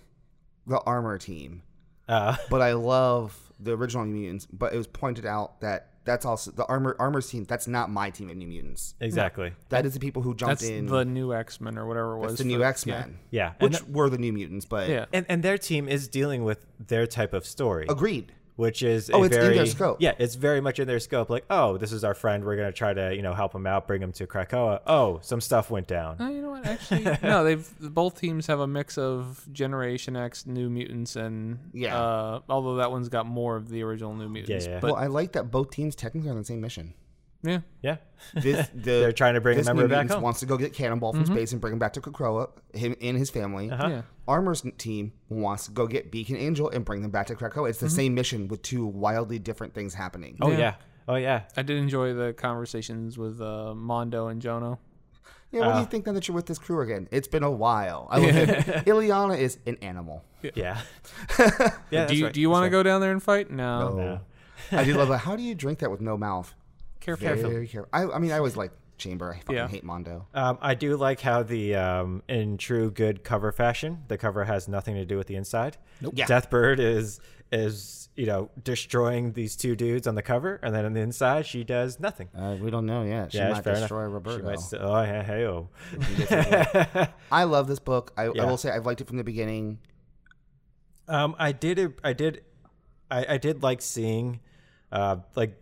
Speaker 1: the armor team,
Speaker 2: Uh,
Speaker 1: but I love the original New Mutants. But it was pointed out that that's also the armor armor's team. That's not my team of New Mutants.
Speaker 2: exactly.
Speaker 1: That is the people who jumped
Speaker 4: That's
Speaker 1: in.
Speaker 4: the new X Men or whatever it was.
Speaker 1: that's the
Speaker 4: for-
Speaker 1: new X Men,
Speaker 2: Yeah. And
Speaker 1: which were the New Mutants. But
Speaker 4: Yeah.
Speaker 2: And and their team is dealing with their type of story,
Speaker 1: agreed.
Speaker 2: which is
Speaker 1: Oh,
Speaker 2: a
Speaker 1: it's in
Speaker 2: very,
Speaker 1: their scope.
Speaker 2: Yeah, it's very much in their scope. Like, oh, this is our friend. We're gonna try to you know help him out, bring him to Krakoa. Oh, some stuff went down.
Speaker 4: (laughs) No, you know what? Actually,
Speaker 1: (laughs)
Speaker 4: no. They've both teams have a mix of Generation X, New Mutants, and
Speaker 1: Yeah.
Speaker 4: Uh, although that one's got more of the original New Mutants.
Speaker 2: yeah.
Speaker 4: But
Speaker 1: well, I like that both teams technically are on the same mission.
Speaker 4: yeah,
Speaker 2: Yeah. (laughs)
Speaker 1: This, the,
Speaker 2: They're trying to bring a
Speaker 1: this
Speaker 2: member
Speaker 1: New
Speaker 2: back
Speaker 1: Mutants
Speaker 2: home. Mm-hmm.
Speaker 1: Wants to go get Cannonball from space and bring him back to Krakoa, him and his family.
Speaker 2: Uh-huh.
Speaker 4: yeah.
Speaker 1: Armor's team wants to go get Beacon Angel and bring them back to Krakoa. It's the same mission with two wildly different things happening.
Speaker 2: Mm-hmm. Oh
Speaker 4: Yeah.
Speaker 2: yeah. Oh yeah.
Speaker 4: I did enjoy the conversations with uh, Mondo and Jono.
Speaker 1: Yeah, what do
Speaker 2: uh,
Speaker 1: you think then that you're with this crew again? It's been a while.
Speaker 2: (laughs)
Speaker 1: I love it. Ileana is an animal.
Speaker 2: Yeah. yeah.
Speaker 4: do you do you want to go down there and fight? No.
Speaker 1: Oh. I do love
Speaker 2: (laughs)
Speaker 1: that. How do you drink that with no mouth?
Speaker 4: Careful.
Speaker 1: Very careful. I, I mean, I always like Chamber. I fucking
Speaker 4: Yeah.
Speaker 1: hate Mondo.
Speaker 2: Um, I do like how the um, in true good cover fashion, the cover has nothing to do with the inside. Nope.
Speaker 1: Yeah.
Speaker 2: Deathbird is is you know destroying these two dudes on the cover, and then on the inside she does nothing.
Speaker 1: Uh, we don't know yet. She
Speaker 2: Yeah,
Speaker 1: might
Speaker 2: fair enough.
Speaker 1: destroy Roberto.
Speaker 2: She might still, oh, hey, hey, oh. (laughs)
Speaker 1: I love this book. I, I
Speaker 2: Yeah.
Speaker 1: will say I've liked it from the beginning.
Speaker 2: Um, I did. I did. I, I did like seeing, uh, like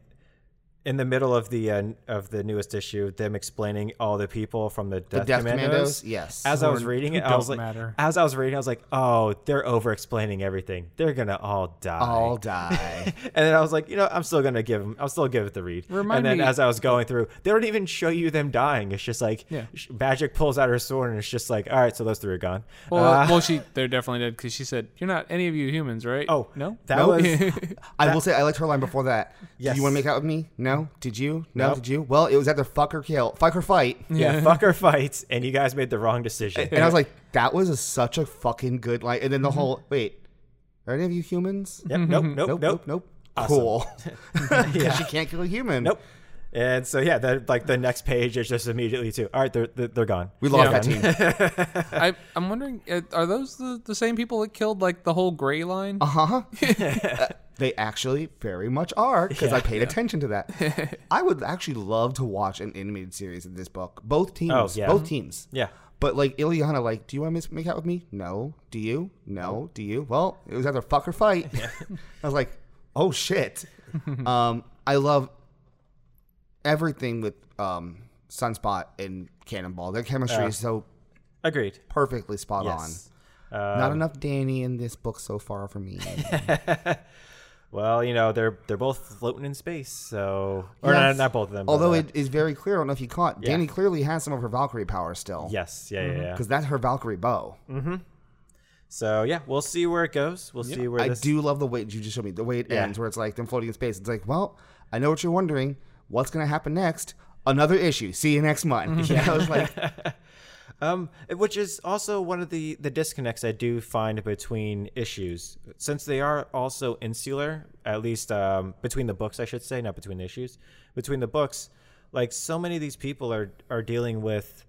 Speaker 2: in the middle of the uh, of the newest issue, them explaining all the people from the Death,
Speaker 1: Death
Speaker 2: Commandos.
Speaker 1: Commandos, yes.
Speaker 2: As I was
Speaker 4: Who
Speaker 2: reading it, I
Speaker 4: don't
Speaker 2: was like,
Speaker 4: matter.
Speaker 2: as I was reading, I was like, oh, they're over explaining everything. They're gonna all die.
Speaker 1: I'll
Speaker 2: (laughs)
Speaker 1: die.
Speaker 2: and then I was like, you know, I'm still gonna give them. I'll still give it the read.
Speaker 4: Remind
Speaker 2: and then
Speaker 4: me-
Speaker 2: as I was going through, they don't even show you them dying. It's just like
Speaker 4: Yeah.
Speaker 2: sh- magic pulls out her sword, and it's just like, all right, so those three are gone.
Speaker 4: Well,
Speaker 2: Uh,
Speaker 4: well, she they're definitely dead because she said, "You're not any of you humans, right?"
Speaker 2: oh
Speaker 4: no.
Speaker 2: that
Speaker 1: Nope.
Speaker 2: was
Speaker 4: (laughs)
Speaker 1: I will say I liked her line before that. Do
Speaker 2: Yes. Mm.
Speaker 1: you want to make out with me? No. No? Did you? No?
Speaker 2: Nope.
Speaker 1: Did you? Well, it was either fuck or kill. Fuck or fight.
Speaker 2: Yeah, fucker fights, and you guys made the wrong decision.
Speaker 1: And I was like, that was a, such a fucking good line. And then the
Speaker 2: Mm-hmm.
Speaker 1: whole, wait, are any of you humans?
Speaker 2: Yep, nope, nope,
Speaker 1: Mm-hmm. Nope,
Speaker 2: nope,
Speaker 1: nope, nope.
Speaker 2: Awesome. (laughs)
Speaker 1: Cool. (laughs) Because you can't kill a human.
Speaker 2: nope. And so yeah, that like the next page is just immediately too. All right, they're they're, they're gone.
Speaker 1: We lost
Speaker 4: Yeah.
Speaker 1: that team.
Speaker 2: (laughs)
Speaker 4: (laughs) I, I'm wondering, uh, are those the, the same people that killed like the whole gray line?
Speaker 2: (laughs)
Speaker 1: Uh-huh. they actually very much are because I paid attention to
Speaker 2: (laughs)
Speaker 1: that. I would actually love to watch an animated series of this book. Both teams.
Speaker 2: Oh, yeah.
Speaker 1: Both teams.
Speaker 2: Yeah.
Speaker 1: But like Ileana, like, do you want to make out with me? No. Do you? No. Do you? Well, it was either fuck or fight. (laughs) I was like, oh
Speaker 2: (laughs)
Speaker 1: shit. um, I love everything with um, Sunspot and Cannonball. Their chemistry is so
Speaker 2: Agreed.
Speaker 1: perfectly spot
Speaker 2: Yes. Um,
Speaker 1: on. Not enough Danny in this book so far for
Speaker 2: (laughs)
Speaker 1: me.
Speaker 2: Well, you know they're they're both floating in space, so or
Speaker 1: Yes.
Speaker 2: not, not both of them. but,
Speaker 1: Although
Speaker 2: uh,
Speaker 1: it is very clear, I don't know if you caught, Danny clearly has some of her Valkyrie power still.
Speaker 2: yes, yeah, yeah, yeah.
Speaker 1: Because that's her Valkyrie bow.
Speaker 2: So yeah, we'll see where it goes. We'll see where
Speaker 1: I
Speaker 2: this.
Speaker 1: do love the way you just showed me the way it
Speaker 2: Yeah.
Speaker 1: ends, where it's like them floating in space. It's like, well, I know what you're wondering. What's going to happen next? Another issue. See you next
Speaker 2: (laughs)
Speaker 1: month. I was like,
Speaker 2: Um, which is also one of the the disconnects I do find between issues, since they are also insular, at least um, between the books, I should say, not between the issues, between the books. Like so many of these people are are dealing with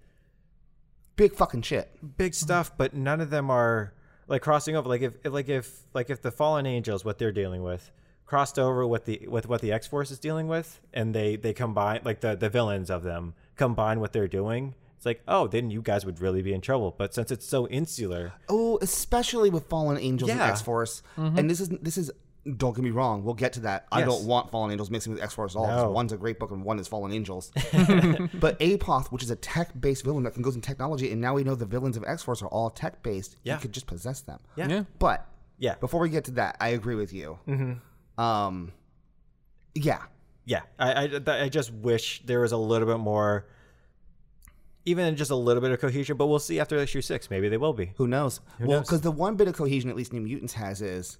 Speaker 1: big fucking shit.
Speaker 2: big stuff, but none of them are like crossing over. Like if, if like if like if the fallen angels, what they're dealing with, crossed over with the with what the X Force is dealing with, and they they combine like the the villains of them combine what they're doing. It's like oh, then you guys would really be in trouble. But since it's so insular,
Speaker 1: Oh, especially with Fallen Angels and
Speaker 2: Yeah. Mm-hmm.
Speaker 1: X Force. And this is this is don't get me wrong, we'll get to that. I
Speaker 2: Yes.
Speaker 1: don't want Fallen Angels mixing with X Force at all. 'cause
Speaker 2: No.
Speaker 1: One's a great book and one is Fallen
Speaker 2: (laughs)
Speaker 1: Angels. but Apoth, which is a tech based villain that can goes in technology, and now we know the villains of X Force are all tech based.
Speaker 2: Yeah.
Speaker 1: You could just possess them.
Speaker 2: yeah,
Speaker 4: Yeah.
Speaker 1: But
Speaker 2: Yeah.
Speaker 1: before we get to that, I agree with you.
Speaker 2: Mm-hmm.
Speaker 1: Um, yeah.
Speaker 2: yeah I, I th- i just wish there was a little bit more even just a little bit of cohesion but we'll see after issue six maybe they will be
Speaker 1: Who knows? well,
Speaker 2: knows?
Speaker 1: because the one bit of cohesion, at least New Mutants has, is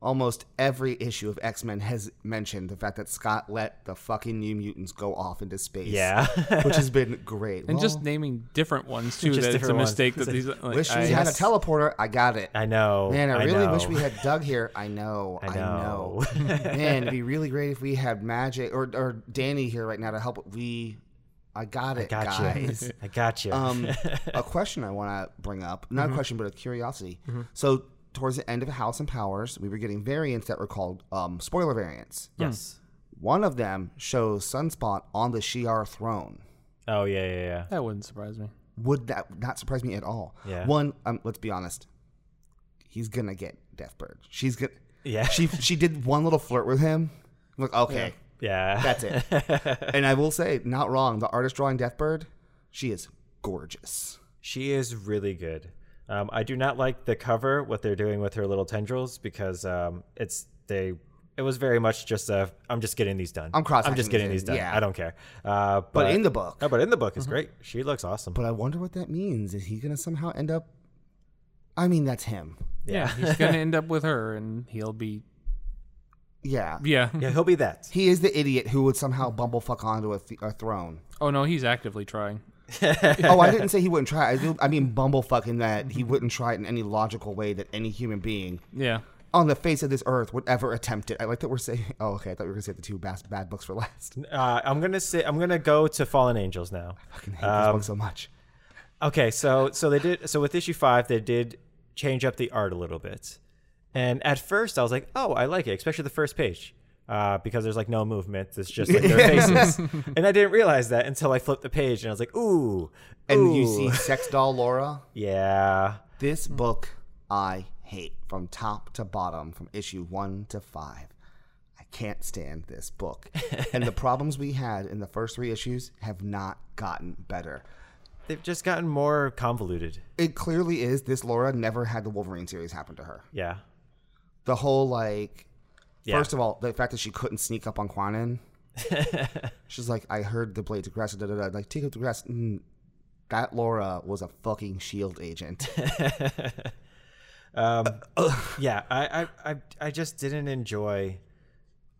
Speaker 1: almost every issue of X Men has mentioned the fact that Scott let the fucking New Mutants go off into space.
Speaker 2: yeah (laughs)
Speaker 1: which has been great.
Speaker 4: And
Speaker 1: well,
Speaker 4: just naming different ones too.
Speaker 2: Just
Speaker 4: That it's a
Speaker 2: different ones.
Speaker 4: mistake that these. Like,
Speaker 1: wish we
Speaker 4: I-
Speaker 1: had a teleporter. I got it.
Speaker 2: i know
Speaker 1: Man, I really wish
Speaker 2: know.
Speaker 1: we had Doug here. I know. I know.
Speaker 2: know.
Speaker 1: (laughs) Man, it'd be really great if we had Magic or, or Danny here right now to help. We, I got it,
Speaker 2: (laughs) gotcha (laughs)
Speaker 1: guys.
Speaker 2: i gotcha
Speaker 1: um, a question I want to bring up. Not
Speaker 2: Mm-hmm.
Speaker 1: a question, but a curiosity. So, towards the end of House and Powers, we were getting variants that were called um, spoiler variants.
Speaker 2: yes
Speaker 1: One of them shows Sunspot on the Shi'ar throne.
Speaker 2: oh yeah yeah yeah
Speaker 4: that wouldn't surprise me.
Speaker 1: Would that not surprise me at all?
Speaker 2: Yeah.
Speaker 1: One, um, let's be honest. He's gonna get Deathbird. She's gonna.
Speaker 2: Yeah.
Speaker 1: She she did one little flirt with him. I'm like okay,
Speaker 2: yeah
Speaker 1: that's
Speaker 2: (laughs)
Speaker 1: it. and I will say, not wrong. The artist drawing Deathbird, she is gorgeous.
Speaker 2: She is really good. Um, I do not like the cover, what they're doing with her little tendrils, because um, it's they. It was very much just a. I'm just getting these done.
Speaker 1: I'm cross-hatching
Speaker 2: I'm just getting
Speaker 1: these
Speaker 2: these
Speaker 1: in,
Speaker 2: done.
Speaker 1: yeah.
Speaker 2: I don't care. Uh, but,
Speaker 1: But, in the book,
Speaker 2: no, but in the book is great. She looks awesome.
Speaker 1: But I wonder what that means. Is he going to somehow end up? I mean, that's him.
Speaker 4: (laughs) Yeah, he's gonna end up with her, and he'll be.
Speaker 1: Yeah.
Speaker 4: Yeah.
Speaker 2: yeah, he'll be that.
Speaker 1: He is the idiot who would somehow bumblefuck onto a, th- a throne.
Speaker 4: Oh no, he's actively trying.
Speaker 1: oh, I didn't say he wouldn't try. I, do, I mean, bumblefucking that he wouldn't try it in any logical way that any human being
Speaker 4: Yeah.
Speaker 1: on the face of this earth would ever attempt it. I like that we're saying. (laughs) Oh, okay. I thought we were going to say the two bas- bad books for last.
Speaker 2: Uh, I'm gonna say I'm gonna go to Fallen Angels now.
Speaker 1: I fucking hate this book so much.
Speaker 2: Okay, so so they did so with issue five they did change up the art a little bit, and at first I was like, oh, I like it, especially the first page. Uh, because there's like no movement, it's just
Speaker 1: (laughs)
Speaker 2: like their faces, and I didn't realize that until I flipped the page, and I was like, "Ooh!"
Speaker 1: And you
Speaker 2: ooh.
Speaker 1: see Sex Doll Laura.
Speaker 2: yeah,
Speaker 1: This book I hate from top to bottom, from issue one to five. I can't stand this book. and the problems we had in the first three issues have not gotten better.
Speaker 2: they've just gotten more convoluted.
Speaker 1: It clearly is this Laura never had the Wolverine series happen to her.
Speaker 2: Yeah,
Speaker 1: The whole like
Speaker 2: Yeah.
Speaker 1: first of all, the fact that she couldn't sneak up on Quanin. She's like, I heard the blades of grass, da, da, da. like take up the grass. Mm, that Laura was a fucking shield agent.
Speaker 2: yeah, I I I, I just didn't enjoy.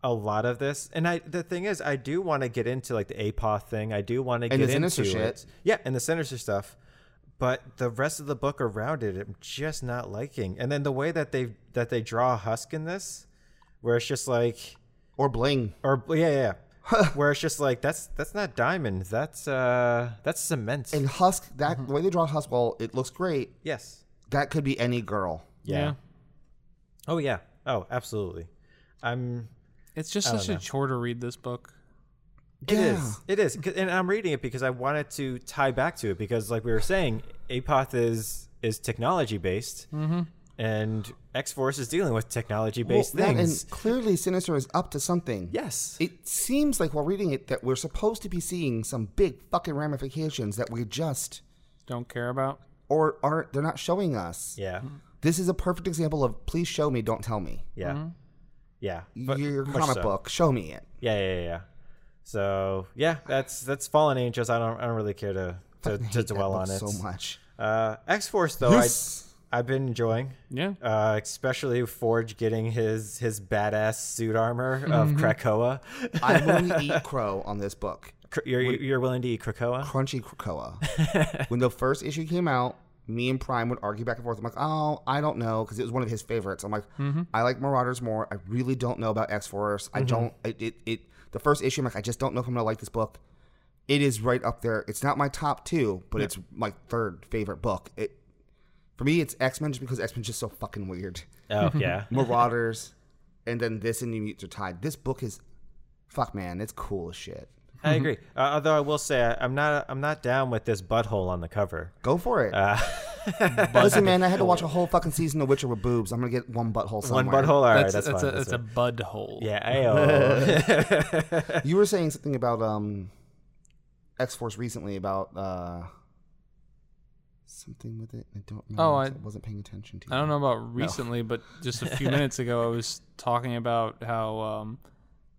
Speaker 2: a lot of this, and I the thing is, I do want to get into like the APOT thing. I do want to get
Speaker 1: the
Speaker 2: into
Speaker 1: Sinister shit.
Speaker 2: it. yeah, and the sinister stuff. But the rest of the book around it, I'm just not liking. And then the way that they that they draw Husk in this, where it's just like,
Speaker 1: or bling.
Speaker 2: or yeah, yeah, yeah. where it's just like that's that's not diamond, that's uh that's cement.
Speaker 1: And Husk, that the way they draw Husk, well, it looks great.
Speaker 2: yes.
Speaker 1: That could be any girl.
Speaker 2: yeah. Oh yeah. Oh, absolutely. I'm
Speaker 4: It's just such a chore to read this book.
Speaker 2: It
Speaker 1: Yeah.
Speaker 2: is. It is. 'Cause- And I'm reading it because I wanted to tie back to it because, like we were saying, Apoth is is technology based, and X Force is dealing with technology based
Speaker 1: Mm-hmm. Well, that-
Speaker 2: things.
Speaker 1: and clearly, Sinister is up to something.
Speaker 2: yes.
Speaker 1: It seems like while reading it that we're supposed to be seeing some big fucking ramifications that we just
Speaker 4: Don't care about.
Speaker 1: or aren't they're not showing us.
Speaker 2: yeah.
Speaker 1: This is a perfect example of please show me, don't tell me.
Speaker 2: Yeah. Yeah. But
Speaker 1: Your
Speaker 2: much
Speaker 1: comic
Speaker 2: so.
Speaker 1: book, show me it.
Speaker 2: Yeah, yeah, yeah, yeah. So yeah, that's that's Fallen Angels. I don't I don't really care to to,
Speaker 1: I
Speaker 2: to
Speaker 1: hate that
Speaker 2: dwell on
Speaker 1: book
Speaker 2: it.
Speaker 1: so
Speaker 2: (laughs)
Speaker 1: much.
Speaker 2: Uh, X Force though,
Speaker 1: Yes.
Speaker 2: I I've been enjoying.
Speaker 4: Yeah.
Speaker 2: Uh, especially Forge getting his his badass suit armor of
Speaker 4: Mm-hmm. (laughs)
Speaker 2: Krakoa.
Speaker 1: I'm willing to eat crow on this book.
Speaker 2: Cr- You're, you're willing to eat Krakoa?
Speaker 1: Crunchy Krakoa. when the first issue came out, me and Prime would argue back and forth. I'm like, oh, I don't know, because it was one of his favorites. I'm like, I like Marauders more. I really don't know about X Force. I don't. It, it it the first issue. I'm like, I just don't know if I'm gonna like this book. It is right up there. It's not my top two, but it's my third favorite book. It for me, it's X Men just because X Men's just so fucking weird.
Speaker 2: Oh
Speaker 4: (laughs)
Speaker 2: yeah,
Speaker 1: Marauders, and then this and New Mutants are tied. This book is, fuck man, it's cool as shit.
Speaker 2: I agree. Uh, although I will say I, I'm not I'm not down with this butthole on the cover.
Speaker 1: Go for it.
Speaker 2: Uh,
Speaker 1: (laughs) Listen, man, I had to watch a whole fucking season of Witcher with boobs. I'm gonna get one butthole somewhere.
Speaker 2: One butthole. All right, that's,
Speaker 4: that's that's,
Speaker 2: fine.
Speaker 4: a,
Speaker 2: that's
Speaker 4: that's a bud hole.
Speaker 2: fine. yeah. Ayo.
Speaker 4: (laughs)
Speaker 1: You were saying something about um, X Force recently about uh, something with it. I don't. Remember,
Speaker 4: Oh, I-
Speaker 1: 'cause wasn't paying attention to.
Speaker 4: I don't know about recently, but just a
Speaker 2: (laughs)
Speaker 4: few minutes ago, I was talking about how um,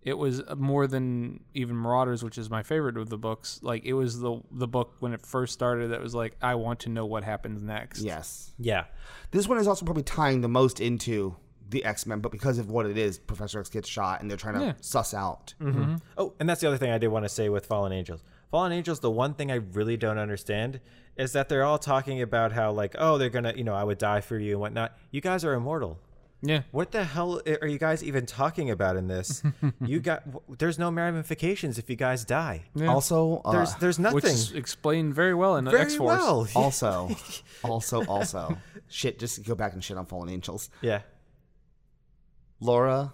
Speaker 4: it was more than even Marauders, which is my favorite of the books. Like it was the the book when it first started that was like, I want to know what happens next.
Speaker 1: Yes,
Speaker 2: yeah.
Speaker 1: this one is also probably tying the most into the X Men, but because of what it is, Professor X gets shot, and they're trying to
Speaker 4: Yeah. Mm-hmm.
Speaker 1: suss out.
Speaker 2: Oh, and that's the other thing I did want to say with Fallen Angels. Fallen Angels, the one thing I really don't understand is that they're all talking about how like, oh, they're gonna, you know, I would die for you and whatnot. You guys are immortal.
Speaker 4: Yeah.
Speaker 2: What the hell are you guys even talking about in this? you got w- there's no ramifications if you guys die.
Speaker 1: Also, uh,
Speaker 2: There's there's nothing.
Speaker 4: Which is explained very well in
Speaker 2: Very
Speaker 4: X Force.
Speaker 2: well. (laughs)
Speaker 4: (laughs)
Speaker 1: also, also, also, shit. Just go back and shit on Fallen Angels.
Speaker 2: Yeah.
Speaker 1: Laura,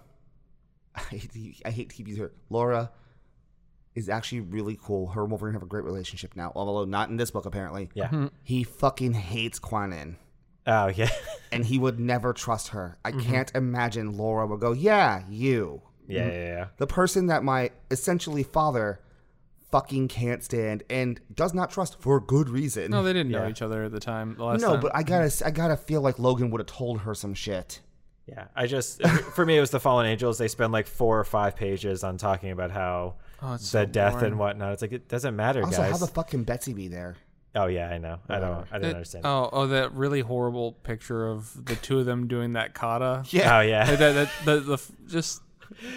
Speaker 1: (laughs) I hate to, I hate to keep using her. Laura is actually really cool. Her and Wolverine have a great relationship now, although not in this book apparently.
Speaker 2: Yeah.
Speaker 4: Mm-hmm.
Speaker 1: He fucking hates Quanin,
Speaker 2: Oh yeah. (laughs)
Speaker 1: and he would never trust her. I
Speaker 4: Mm-hmm.
Speaker 1: can't imagine Laura would go, "Yeah, you,
Speaker 2: Yeah, yeah, yeah.
Speaker 1: the person that my essentially father fucking can't stand and does not trust for good reason."
Speaker 4: No, they didn't know
Speaker 2: Yeah.
Speaker 4: each other at the time. The last
Speaker 1: no,
Speaker 4: time.
Speaker 1: but I gotta, I gotta feel like Logan would have told her some shit.
Speaker 2: Yeah, I just (laughs) for me it was the Fallen Angels. They spend like four or five pages on talking about how
Speaker 4: Oh,
Speaker 2: the
Speaker 4: it's so
Speaker 2: death
Speaker 4: boring.
Speaker 2: and whatnot. It's like it doesn't matter,
Speaker 1: Also, how
Speaker 2: guys.
Speaker 1: the fuck can Betsy be there?
Speaker 2: oh yeah, I know. I don't. I don't
Speaker 4: It-
Speaker 2: understand.
Speaker 4: oh, oh, that really horrible picture of the two of them doing that kata.
Speaker 2: Oh
Speaker 4: (laughs) Like,
Speaker 2: (laughs) yeah,
Speaker 4: that, that, the, the, f- just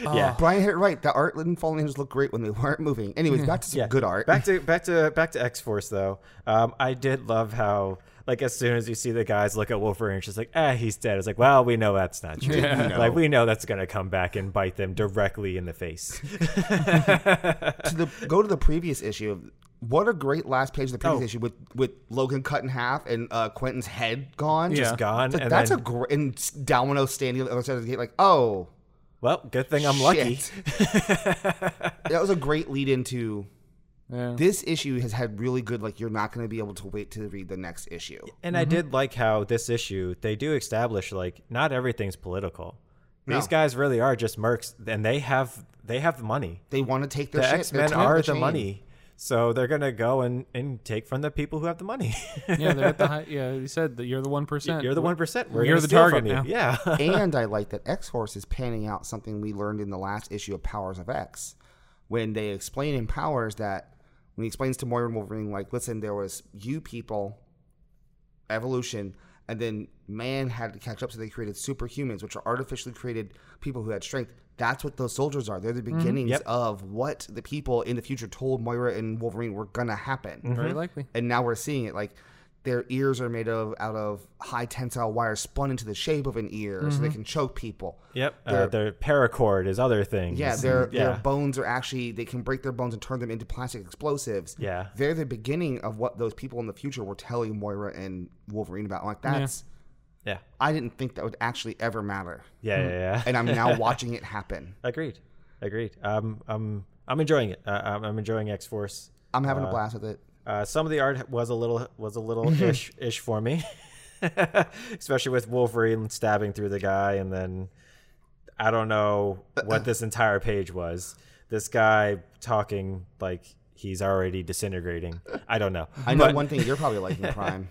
Speaker 2: yeah.
Speaker 1: Brian hit it right. The art and Fallen Angels looked great when they (laughs) weren't moving. Anyways, back to some
Speaker 2: Yeah.
Speaker 1: good art.
Speaker 2: Back to back to back to X Force though. Um, I did love how like as soon as you see the guys look at Wolverine, she's like, ah, he's dead. It's like, well, we know that's not true. Like we know that's gonna come back and bite them directly in the face.
Speaker 1: to the go to the previous issue. of- What a great last page of the previous
Speaker 2: Oh.
Speaker 1: issue with with Logan cut in half and uh, Quentin's head gone,
Speaker 4: Just
Speaker 1: It's
Speaker 2: gone,
Speaker 1: like,
Speaker 2: and
Speaker 1: that's
Speaker 2: then-
Speaker 1: a great and s- Domino standing on the other side of the gate, like oh,
Speaker 2: well, good thing I'm lucky. (laughs)
Speaker 1: that was a great lead into.
Speaker 2: (laughs)
Speaker 4: yeah.
Speaker 1: This issue has had really good, like you're not going to be able to wait to read the next issue.
Speaker 2: And I did like how this issue they do establish like not everything's political. These
Speaker 1: No.
Speaker 2: guys really are just mercs, and they have they have the money.
Speaker 1: They want to take their
Speaker 2: The
Speaker 1: shit.
Speaker 2: X
Speaker 1: They're
Speaker 2: Men
Speaker 1: tearing up
Speaker 2: are the
Speaker 1: chain.
Speaker 2: money, so they're gonna go and and take from the people who have the money. (laughs)
Speaker 4: yeah, they're at the high, yeah. You said that you're the one percent.
Speaker 2: You're the one percent. We're
Speaker 4: You're
Speaker 2: gonna
Speaker 4: the
Speaker 2: steal
Speaker 4: target
Speaker 2: from you.
Speaker 4: now. (laughs)
Speaker 2: Yeah.
Speaker 1: and I like that X Force is panning out something we learned in the last issue of Powers of X, when they explain in Powers that when he explains to Moira and Wolverine, like, listen, there was you people, evolution, and then man had to catch up, so they created superhumans, which are artificially created people who had strength. That's what those soldiers are. They're the beginnings
Speaker 2: Yep.
Speaker 1: of what the people in the future told Moira and Wolverine were gonna happen.
Speaker 4: Very likely.
Speaker 1: And now we're seeing it. Like their ears are made of out of high tensile wire spun into the shape of an ear, so
Speaker 2: Mm-hmm.
Speaker 1: they can choke people.
Speaker 2: Yep. (laughs)
Speaker 1: They're-
Speaker 2: uh, their paracord is other things.
Speaker 1: Yeah, their their
Speaker 2: yeah.
Speaker 1: bones are actually they can break their bones and turn them into plastic explosives.
Speaker 2: Yeah.
Speaker 1: They're the beginning of what those people in the future were telling Moira and Wolverine about. Like that's
Speaker 2: yeah.
Speaker 1: I didn't think that would actually ever matter.
Speaker 2: Yeah. Yeah. yeah.
Speaker 1: Hmm. And I'm
Speaker 2: (laughs)
Speaker 1: now watching it happen.
Speaker 2: Agreed. Agreed. Um, I'm I'm enjoying it. Uh, I'm, I'm enjoying X Force.
Speaker 1: I'm having a blast with it.
Speaker 2: Uh, some of the art was a little was a
Speaker 4: (laughs)
Speaker 2: little ish ish for me, (laughs) especially with Wolverine stabbing through the guy, and then I don't know
Speaker 1: uh,
Speaker 2: what this entire page was. This guy talking like he's already disintegrating. I don't know.
Speaker 1: I know one thing you're probably
Speaker 2: (laughs)
Speaker 1: liking, Prime.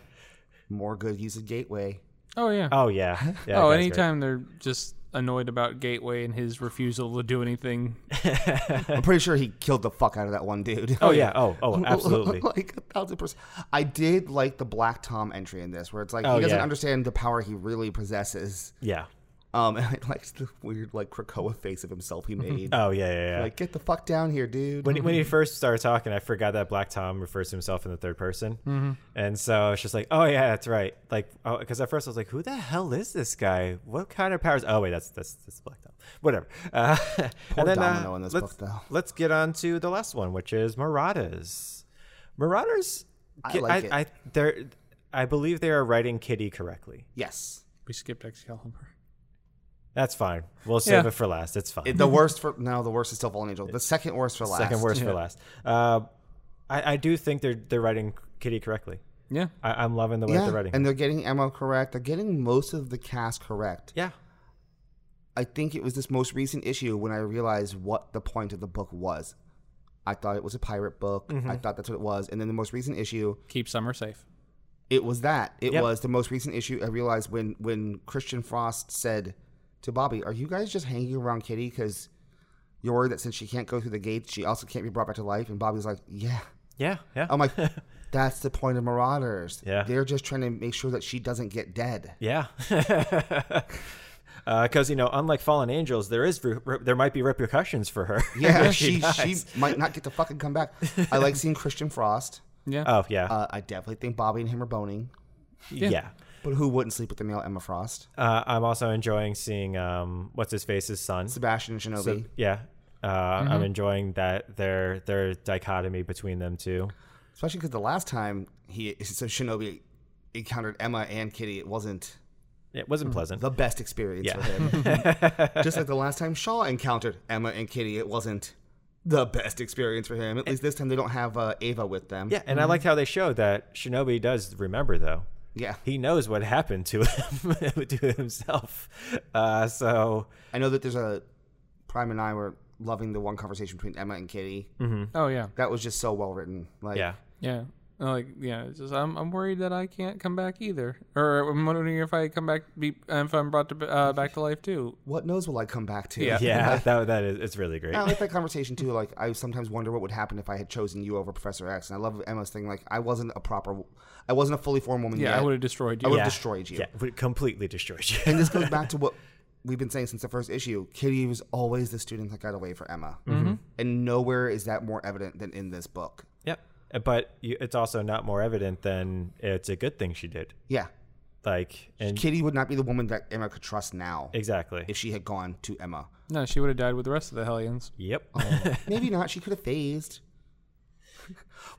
Speaker 1: More good use of Gateway.
Speaker 4: Oh yeah.
Speaker 2: Oh
Speaker 4: (laughs)
Speaker 2: yeah. yeah that
Speaker 4: oh,
Speaker 2: guy's great.
Speaker 4: anytime they're just annoyed about Gateway and his refusal to
Speaker 2: (laughs)
Speaker 4: do anything.
Speaker 1: I'm pretty sure he killed the fuck out of that one dude.
Speaker 2: Oh yeah. Oh
Speaker 1: (laughs)
Speaker 2: oh absolutely.
Speaker 1: like a thousand percent. I did like the Black Tom entry in this, where it's like
Speaker 2: Oh,
Speaker 1: he doesn't
Speaker 2: yeah.
Speaker 1: understand the power he really possesses.
Speaker 2: Yeah.
Speaker 1: Um, (laughs) and I liked the weird like Krakoa face of himself he made.
Speaker 2: Oh yeah yeah yeah.
Speaker 1: Like, get the fuck down here, dude.
Speaker 2: when he,
Speaker 1: (laughs)
Speaker 2: when he first started talking, I forgot that Black Tom refers to himself in the third person,
Speaker 1: Mm-hmm.
Speaker 2: and so it's just like, oh yeah, that's right. Like, because at first I was like, who the hell is this guy? What kind of powers? Oh wait, that's that's, that's Black Tom. Whatever. Uh, (laughs)
Speaker 1: Poor
Speaker 2: and then,
Speaker 1: Domino
Speaker 2: uh,
Speaker 1: in this
Speaker 2: let's,
Speaker 1: book, though.
Speaker 2: Let's get on to the last one, which is Marauders. Marauders.
Speaker 1: I
Speaker 2: get-
Speaker 1: like it.
Speaker 2: I, they're, I believe they are writing Kitty correctly.
Speaker 1: yes,
Speaker 4: We skipped Excalibur.
Speaker 2: That's fine. We'll save
Speaker 4: Yeah.
Speaker 2: it for last. It's fine.
Speaker 1: It- the worst for no, the worst is still Fallen Angel. The second worst for last.
Speaker 2: Second worst for last. Uh, I, I do think they're they're writing Kitty correctly.
Speaker 4: Yeah.
Speaker 2: I, I'm loving the way
Speaker 1: Yeah,
Speaker 2: they're writing.
Speaker 1: and they're getting Emma correct. They're getting most of the cast correct.
Speaker 2: yeah,
Speaker 1: I think it was this most recent issue when I realized what the point of the book was. I thought it was a pirate book.
Speaker 2: Mm-hmm.
Speaker 1: I thought that's what it was. And then the most recent issue,
Speaker 4: Keep summer safe.
Speaker 1: it was that. It
Speaker 2: Yep.
Speaker 1: was the most recent issue I realized when when Christian Frost said to Bobby, "Are you guys just hanging around Kitty cuz you're worried that since she can't go through the gates, she also can't be brought back to life?" And Bobby's like, "Yeah."
Speaker 2: yeah, yeah.
Speaker 1: I'm like, "That's the point of Marauders.
Speaker 2: Yeah.
Speaker 1: They're just trying to make sure that she doesn't get dead."
Speaker 2: yeah. (laughs) Because Uh, you know, unlike Fallen Angels, there is re- re- there might be repercussions for her. (laughs)
Speaker 1: Yeah,
Speaker 2: if
Speaker 1: she she
Speaker 2: dies.
Speaker 1: might not get to fucking come back. I like seeing Christian Frost.
Speaker 4: Yeah.
Speaker 2: Oh yeah,
Speaker 1: Uh, I definitely think Bobby and him are boning.
Speaker 2: yeah.
Speaker 1: But who wouldn't sleep with the male Emma Frost?
Speaker 2: Uh, I'm also enjoying seeing um, what's his face's son.
Speaker 1: Sebastian and Shinobi.
Speaker 2: Yeah, uh,
Speaker 1: Mm-hmm.
Speaker 2: I'm enjoying that their their dichotomy between them two.
Speaker 1: Especially because the last time he so Shinobi encountered Emma and Kitty, it wasn't
Speaker 2: It wasn't pleasant.
Speaker 1: Mm-hmm. the best experience
Speaker 2: Yeah.
Speaker 1: for him. Just like the last time Shaw encountered Emma and Kitty, it wasn't the best experience for him. At least this time they don't have uh, Ava with them.
Speaker 2: yeah, and I liked how they showed that Shinobi does remember though.
Speaker 1: yeah.
Speaker 2: He knows what happened to him (laughs) to himself. Uh, so
Speaker 1: I know that there's a Prime and I were loving the one conversation between Emma and Kitty.
Speaker 4: Oh yeah.
Speaker 1: That was just so well written. Like, (laughs)
Speaker 2: yeah.
Speaker 4: Yeah. And, Like yeah, it's just, I'm I'm worried that I can't come back either, or I'm wondering if I come back be, if I'm brought to uh, back to life too.
Speaker 1: what knows will I come back to?
Speaker 4: Yeah.
Speaker 2: yeah, that that is it's really great.
Speaker 1: I like that conversation too. Like, I sometimes wonder what would happen if I had chosen you over Professor X. And I love Emma's thing. Like, I wasn't a proper, I wasn't a fully formed woman
Speaker 4: Yeah,
Speaker 1: yet.
Speaker 4: I would have destroyed you.
Speaker 1: I would
Speaker 2: Yeah.
Speaker 1: have destroyed you.
Speaker 2: Yeah, would completely destroyed you.
Speaker 1: (laughs) And this goes back to what we've been saying since the first issue. Kitty was always the student that got away for Emma,
Speaker 2: Mm-hmm.
Speaker 1: and nowhere is that more evident than in this book.
Speaker 2: yep. But you, it's also not more evident than it's a good thing she did.
Speaker 1: Yeah,
Speaker 2: Like, and
Speaker 1: Kitty would not be the woman that Emma could trust now
Speaker 2: exactly.
Speaker 1: (laughs) if she had gone to
Speaker 2: (laughs)
Speaker 1: Emma.
Speaker 4: No, she would have died with the rest of the Hellions.
Speaker 2: Yep.
Speaker 1: Maybe not. She could have phased. (laughs)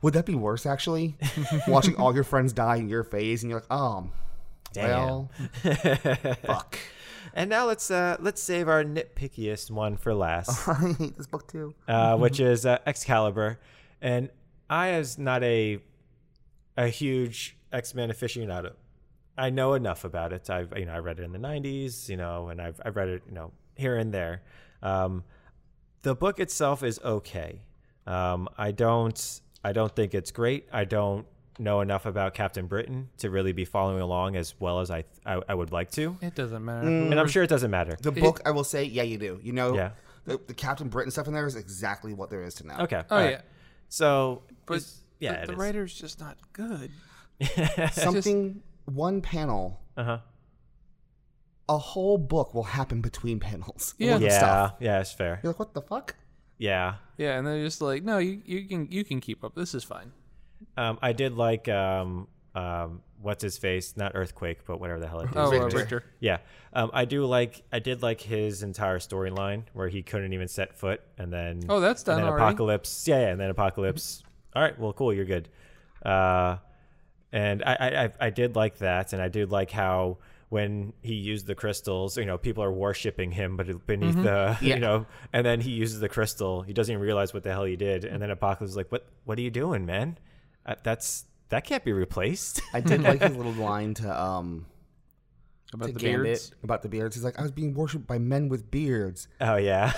Speaker 1: Would that be worse, actually? (laughs) Watching all your friends die in your phase, and you're like, oh,
Speaker 2: Damn. (laughs)
Speaker 1: well, fuck.
Speaker 2: (laughs)
Speaker 1: (laughs)
Speaker 2: and now let's uh let's save our nitpickiest one for last,
Speaker 1: I hate this book too.
Speaker 2: uh, which
Speaker 4: Mm-hmm.
Speaker 2: is uh, Excalibur. And I is not a a huge X Men aficionado. I know enough about it. I've you know I read it in the '90s, you know, and I've I've read it you know here and there. Um, the book itself is okay. Um, I don't I don't think it's great. I don't know enough about Captain Britain to really be following along as well as I I, I would like to.
Speaker 4: It doesn't matter.
Speaker 2: And I'm sure it doesn't matter.
Speaker 1: The book, I will say, yeah, you do. You know,
Speaker 2: Yeah.
Speaker 1: the, the Captain Britain stuff in there is exactly what there is to know.
Speaker 2: Okay.
Speaker 4: Oh
Speaker 2: all right.
Speaker 4: yeah,
Speaker 2: So,
Speaker 4: but
Speaker 2: uh, it's- yeah,
Speaker 4: but
Speaker 2: it
Speaker 4: the
Speaker 2: is.
Speaker 4: writer's just not good.
Speaker 1: something one panel
Speaker 2: Uh-huh.
Speaker 1: a whole book will happen between panels.
Speaker 4: Yeah.
Speaker 2: yeah,
Speaker 1: Stuff.
Speaker 2: yeah, it's fair.
Speaker 1: You're like, what the fuck?
Speaker 2: Yeah,
Speaker 4: Yeah, and they're just like, no, you, you can you can keep up. This is fine.
Speaker 2: um, I did like um, um, what's his face, not earthquake, but whatever the hell it is.
Speaker 4: Oh,
Speaker 1: Richter.
Speaker 4: uh, Richter.
Speaker 2: Yeah, um, I do like I did like his entire storyline where he couldn't even set foot, and then
Speaker 4: Oh, that's done
Speaker 2: And then
Speaker 4: already.
Speaker 2: apocalypse, yeah, yeah, and then apocalypse. All right, well, cool, you're good. Uh, and I, I- I I did like that, and I did like how when he used the crystals, you know, people are worshiping him, but
Speaker 4: Mm-hmm.
Speaker 2: beneath the (laughs)
Speaker 1: Yeah.
Speaker 2: you know, and then he uses the crystal, he doesn't even realize what the hell he did, and then apocalypse is like, what What are you doing, man? Uh, that's that can't be replaced. (laughs)
Speaker 1: I did like his little line to um
Speaker 4: About
Speaker 1: to
Speaker 4: the
Speaker 1: Gambit
Speaker 4: beards.
Speaker 1: about the beards. He's like, I was being worshipped by men with beards.
Speaker 2: oh yeah,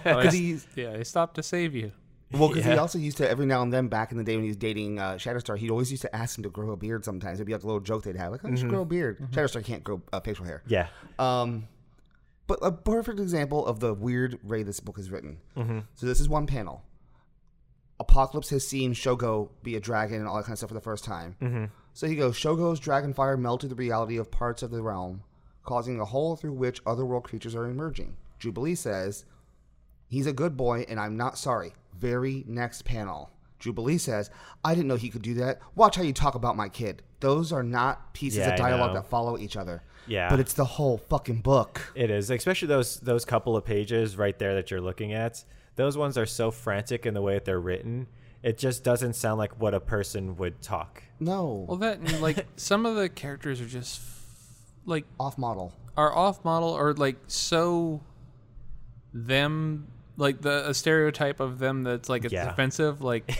Speaker 2: (laughs)
Speaker 4: Oh, (laughs) I s-
Speaker 1: he's-
Speaker 4: yeah, they stopped to save you.
Speaker 1: Well, because he
Speaker 2: Yeah.
Speaker 1: also used to every now and then back in the day when he was dating uh, Shatterstar, he'd always used to ask him to grow a beard. Sometimes it'd be like a little joke they'd have, like, "Oh, you should grow a beard." Shatterstar can't grow uh, facial hair.
Speaker 2: yeah,
Speaker 1: Um, but a perfect example of the weird way this book is written.
Speaker 2: Mm-hmm.
Speaker 1: So this is one panel. Apocalypse has seen Shogo be a dragon and all that kind of stuff for the first time.
Speaker 2: Mm-hmm.
Speaker 1: So he goes, Shogo's dragon fire melted the reality of parts of the realm, causing a hole through which otherworld creatures are emerging. Jubilee says, He's a good boy and I'm not sorry. Very next panel. Jubilee says, I didn't know he could do that. Watch how you talk about my kid. Those are not pieces
Speaker 2: Yeah,
Speaker 1: of
Speaker 2: I
Speaker 1: dialogue
Speaker 2: know.
Speaker 1: that follow each other.
Speaker 2: Yeah.
Speaker 1: But it's the whole fucking book.
Speaker 2: It is, especially those those couple of pages right there that you're looking at. Those ones are so frantic in the way that they're written. It just doesn't sound like what a person would talk.
Speaker 1: No.
Speaker 4: Well, that and (laughs) like some of the characters are just like
Speaker 1: off model.
Speaker 4: are off model or like so them like the a stereotype of them that's like it's
Speaker 2: Yeah.
Speaker 4: offensive (laughs) like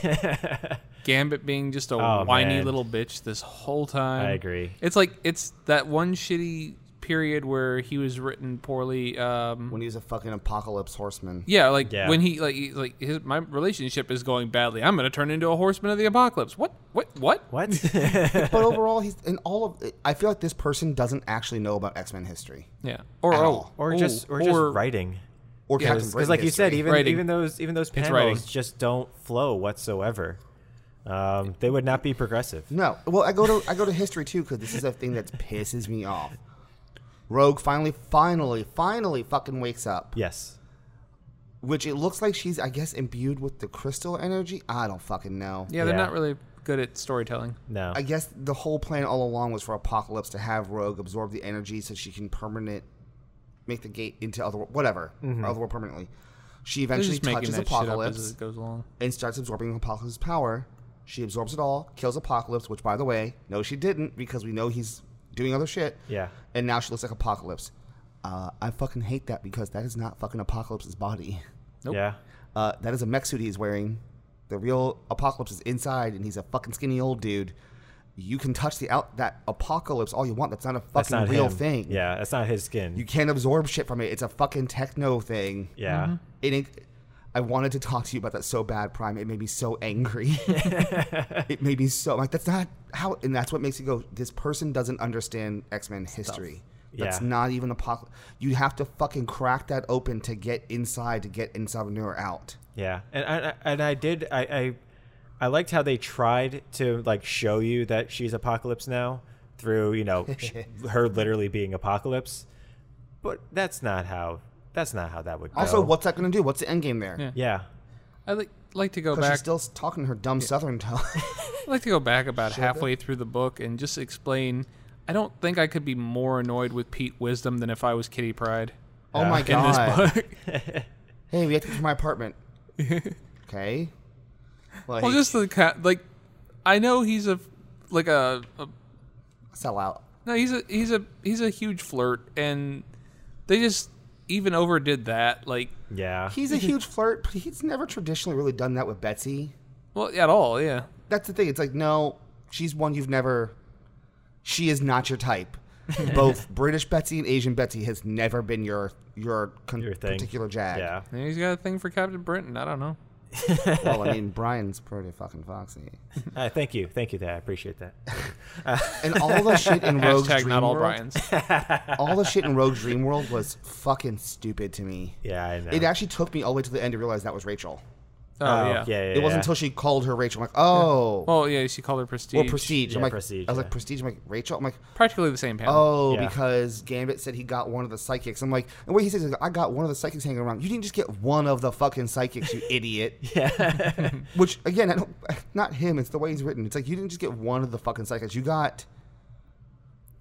Speaker 4: gambit being just a
Speaker 2: Oh,
Speaker 4: whiny
Speaker 2: man.
Speaker 4: little bitch this whole time
Speaker 2: I agree.
Speaker 4: it's like it's that one shitty period where he was written poorly um
Speaker 1: When he was a fucking apocalypse horseman.
Speaker 4: yeah like
Speaker 2: Yeah.
Speaker 4: when he like he- like his my relationship is going badly i'm gonna turn into a horseman of the apocalypse what what what
Speaker 2: What?
Speaker 1: But overall, he's in all of. I feel like this person doesn't actually know about X Men history
Speaker 4: yeah or
Speaker 1: At
Speaker 4: oh,
Speaker 1: all.
Speaker 2: (laughs) or just or, just writing.
Speaker 1: or
Speaker 4: Yeah,
Speaker 1: Captain
Speaker 2: Because
Speaker 1: Britain.
Speaker 2: like you said,
Speaker 1: history.
Speaker 2: even
Speaker 4: Writing.
Speaker 2: even those even those
Speaker 4: writing.
Speaker 2: panels just don't flow whatsoever. Um, they would not be progressive.
Speaker 1: no. Well, I go to I go to history too because this is a thing that pisses me off. Rogue finally, finally, finally, fucking wakes up.
Speaker 2: Yes.
Speaker 1: Which it looks like she's, I guess, imbued with the crystal energy. I don't fucking know.
Speaker 4: yeah they're
Speaker 2: Yeah.
Speaker 4: not really good at storytelling
Speaker 2: No.
Speaker 1: I guess the whole plan all along was for Apocalypse to have Rogue absorb the energy so she can permanent make the gate into other whatever otherworld permanently. She
Speaker 4: Mm-hmm. they're
Speaker 1: eventually
Speaker 4: just making
Speaker 1: touches
Speaker 4: that shit up as
Speaker 1: Apocalypse
Speaker 4: it goes along
Speaker 1: and starts absorbing Apocalypse's power. She absorbs it all, kills Apocalypse, which by the way, no, she didn't because we know he's doing other shit.
Speaker 2: Yeah.
Speaker 1: And now she looks like Apocalypse. Uh, I fucking hate that because that is not fucking Apocalypse's body. (laughs)
Speaker 4: Nope.
Speaker 2: Yeah.
Speaker 1: Uh, that is a mech suit he's wearing. The real apocalypse is inside, and he's a fucking skinny old dude. You can touch the out that apocalypse all you want. That's not a
Speaker 2: That's
Speaker 1: fucking
Speaker 2: not
Speaker 1: real
Speaker 2: him.
Speaker 1: thing.
Speaker 2: Yeah. That's not his skin.
Speaker 1: You can't absorb shit from it. It's a fucking techno thing.
Speaker 2: yeah.
Speaker 1: It ain't, I wanted to talk to you about that so bad, Prime. It made me so angry.
Speaker 2: (laughs)
Speaker 1: it made me so like that's not how, and that's what makes you go. This person doesn't understand X Men history. That's
Speaker 2: Yeah.
Speaker 1: not even apocalypse. You have to fucking crack that open to get inside to get Insomnia out.
Speaker 2: Yeah, and I, I- and I did I, I I liked how they tried to like show you that she's Apocalypse now through you know
Speaker 1: (laughs)
Speaker 2: sh- her literally being Apocalypse, but that's not how that's not how that would go.
Speaker 1: Also, what's that going to do? What's the end game there?
Speaker 4: Yeah.
Speaker 2: Yeah,
Speaker 4: I like like to go
Speaker 1: Because
Speaker 4: back.
Speaker 1: she's still s- talking her dumb Southern (laughs) tone.
Speaker 4: I like to go back about halfway through the book and just explain. I don't think I could be more annoyed with Pete Wisdom than if I was Kitty Pride
Speaker 1: oh my
Speaker 4: in this
Speaker 1: god! (laughs)
Speaker 4: book.
Speaker 1: Hey, we have to go to my
Speaker 4: (laughs)
Speaker 1: apartment. okay. Like,
Speaker 4: well, just the ca- like. I know he's a like a, a
Speaker 1: sell out.
Speaker 4: no. He's a he's a he's a huge flirt, and they just even overdid that. Like,
Speaker 2: yeah,
Speaker 1: He's a huge flirt, but he's never traditionally really done that with Betsy.
Speaker 4: well, at all, yeah.
Speaker 1: That's the thing. It's like no, she's one you've never. She is not your
Speaker 4: (laughs)
Speaker 1: type. Both British Betsy and Asian Betsy has never been your your, con-
Speaker 2: your thing.
Speaker 1: particular jag.
Speaker 2: Yeah,
Speaker 4: And he's got a thing for Captain Britain. I don't know.
Speaker 1: Well,
Speaker 2: (laughs)
Speaker 1: I mean, Brian's pretty fucking foxy.
Speaker 2: uh, thank you, thank you. That I appreciate that.
Speaker 1: And all the shit
Speaker 4: (laughs)
Speaker 1: in Rogue's
Speaker 4: Hashtag
Speaker 1: Dream
Speaker 4: not all Oh,
Speaker 1: World-
Speaker 4: Brian's.
Speaker 1: all the shit in Rogue Dream World was fucking stupid to me.
Speaker 2: Yeah, I know.
Speaker 1: It actually took me all the way to the end to realize that was Rachel.
Speaker 4: Oh, yeah.
Speaker 2: yeah, yeah.
Speaker 1: it wasn't
Speaker 2: yeah.
Speaker 1: until she called her Rachel. I'm like, oh,
Speaker 4: Well, yeah, she called her Prestige.
Speaker 1: well, prestige. I'm
Speaker 2: Yeah,
Speaker 1: like,
Speaker 2: Prestige,
Speaker 1: I was
Speaker 2: yeah.
Speaker 1: like, prestige. I'm like, Rachel. I'm like,
Speaker 4: Practically the same panel.
Speaker 1: oh,
Speaker 2: Yeah.
Speaker 1: because Gambit said he got one of the psychics. I'm like, and what he says is, I got one of the psychics hanging around. You didn't just get one of the fucking psychics, you idiot.
Speaker 2: (laughs) yeah.
Speaker 1: (laughs) Which again, I don't, not him. It's the way he's written. It's like you didn't just get one of the fucking psychics. You got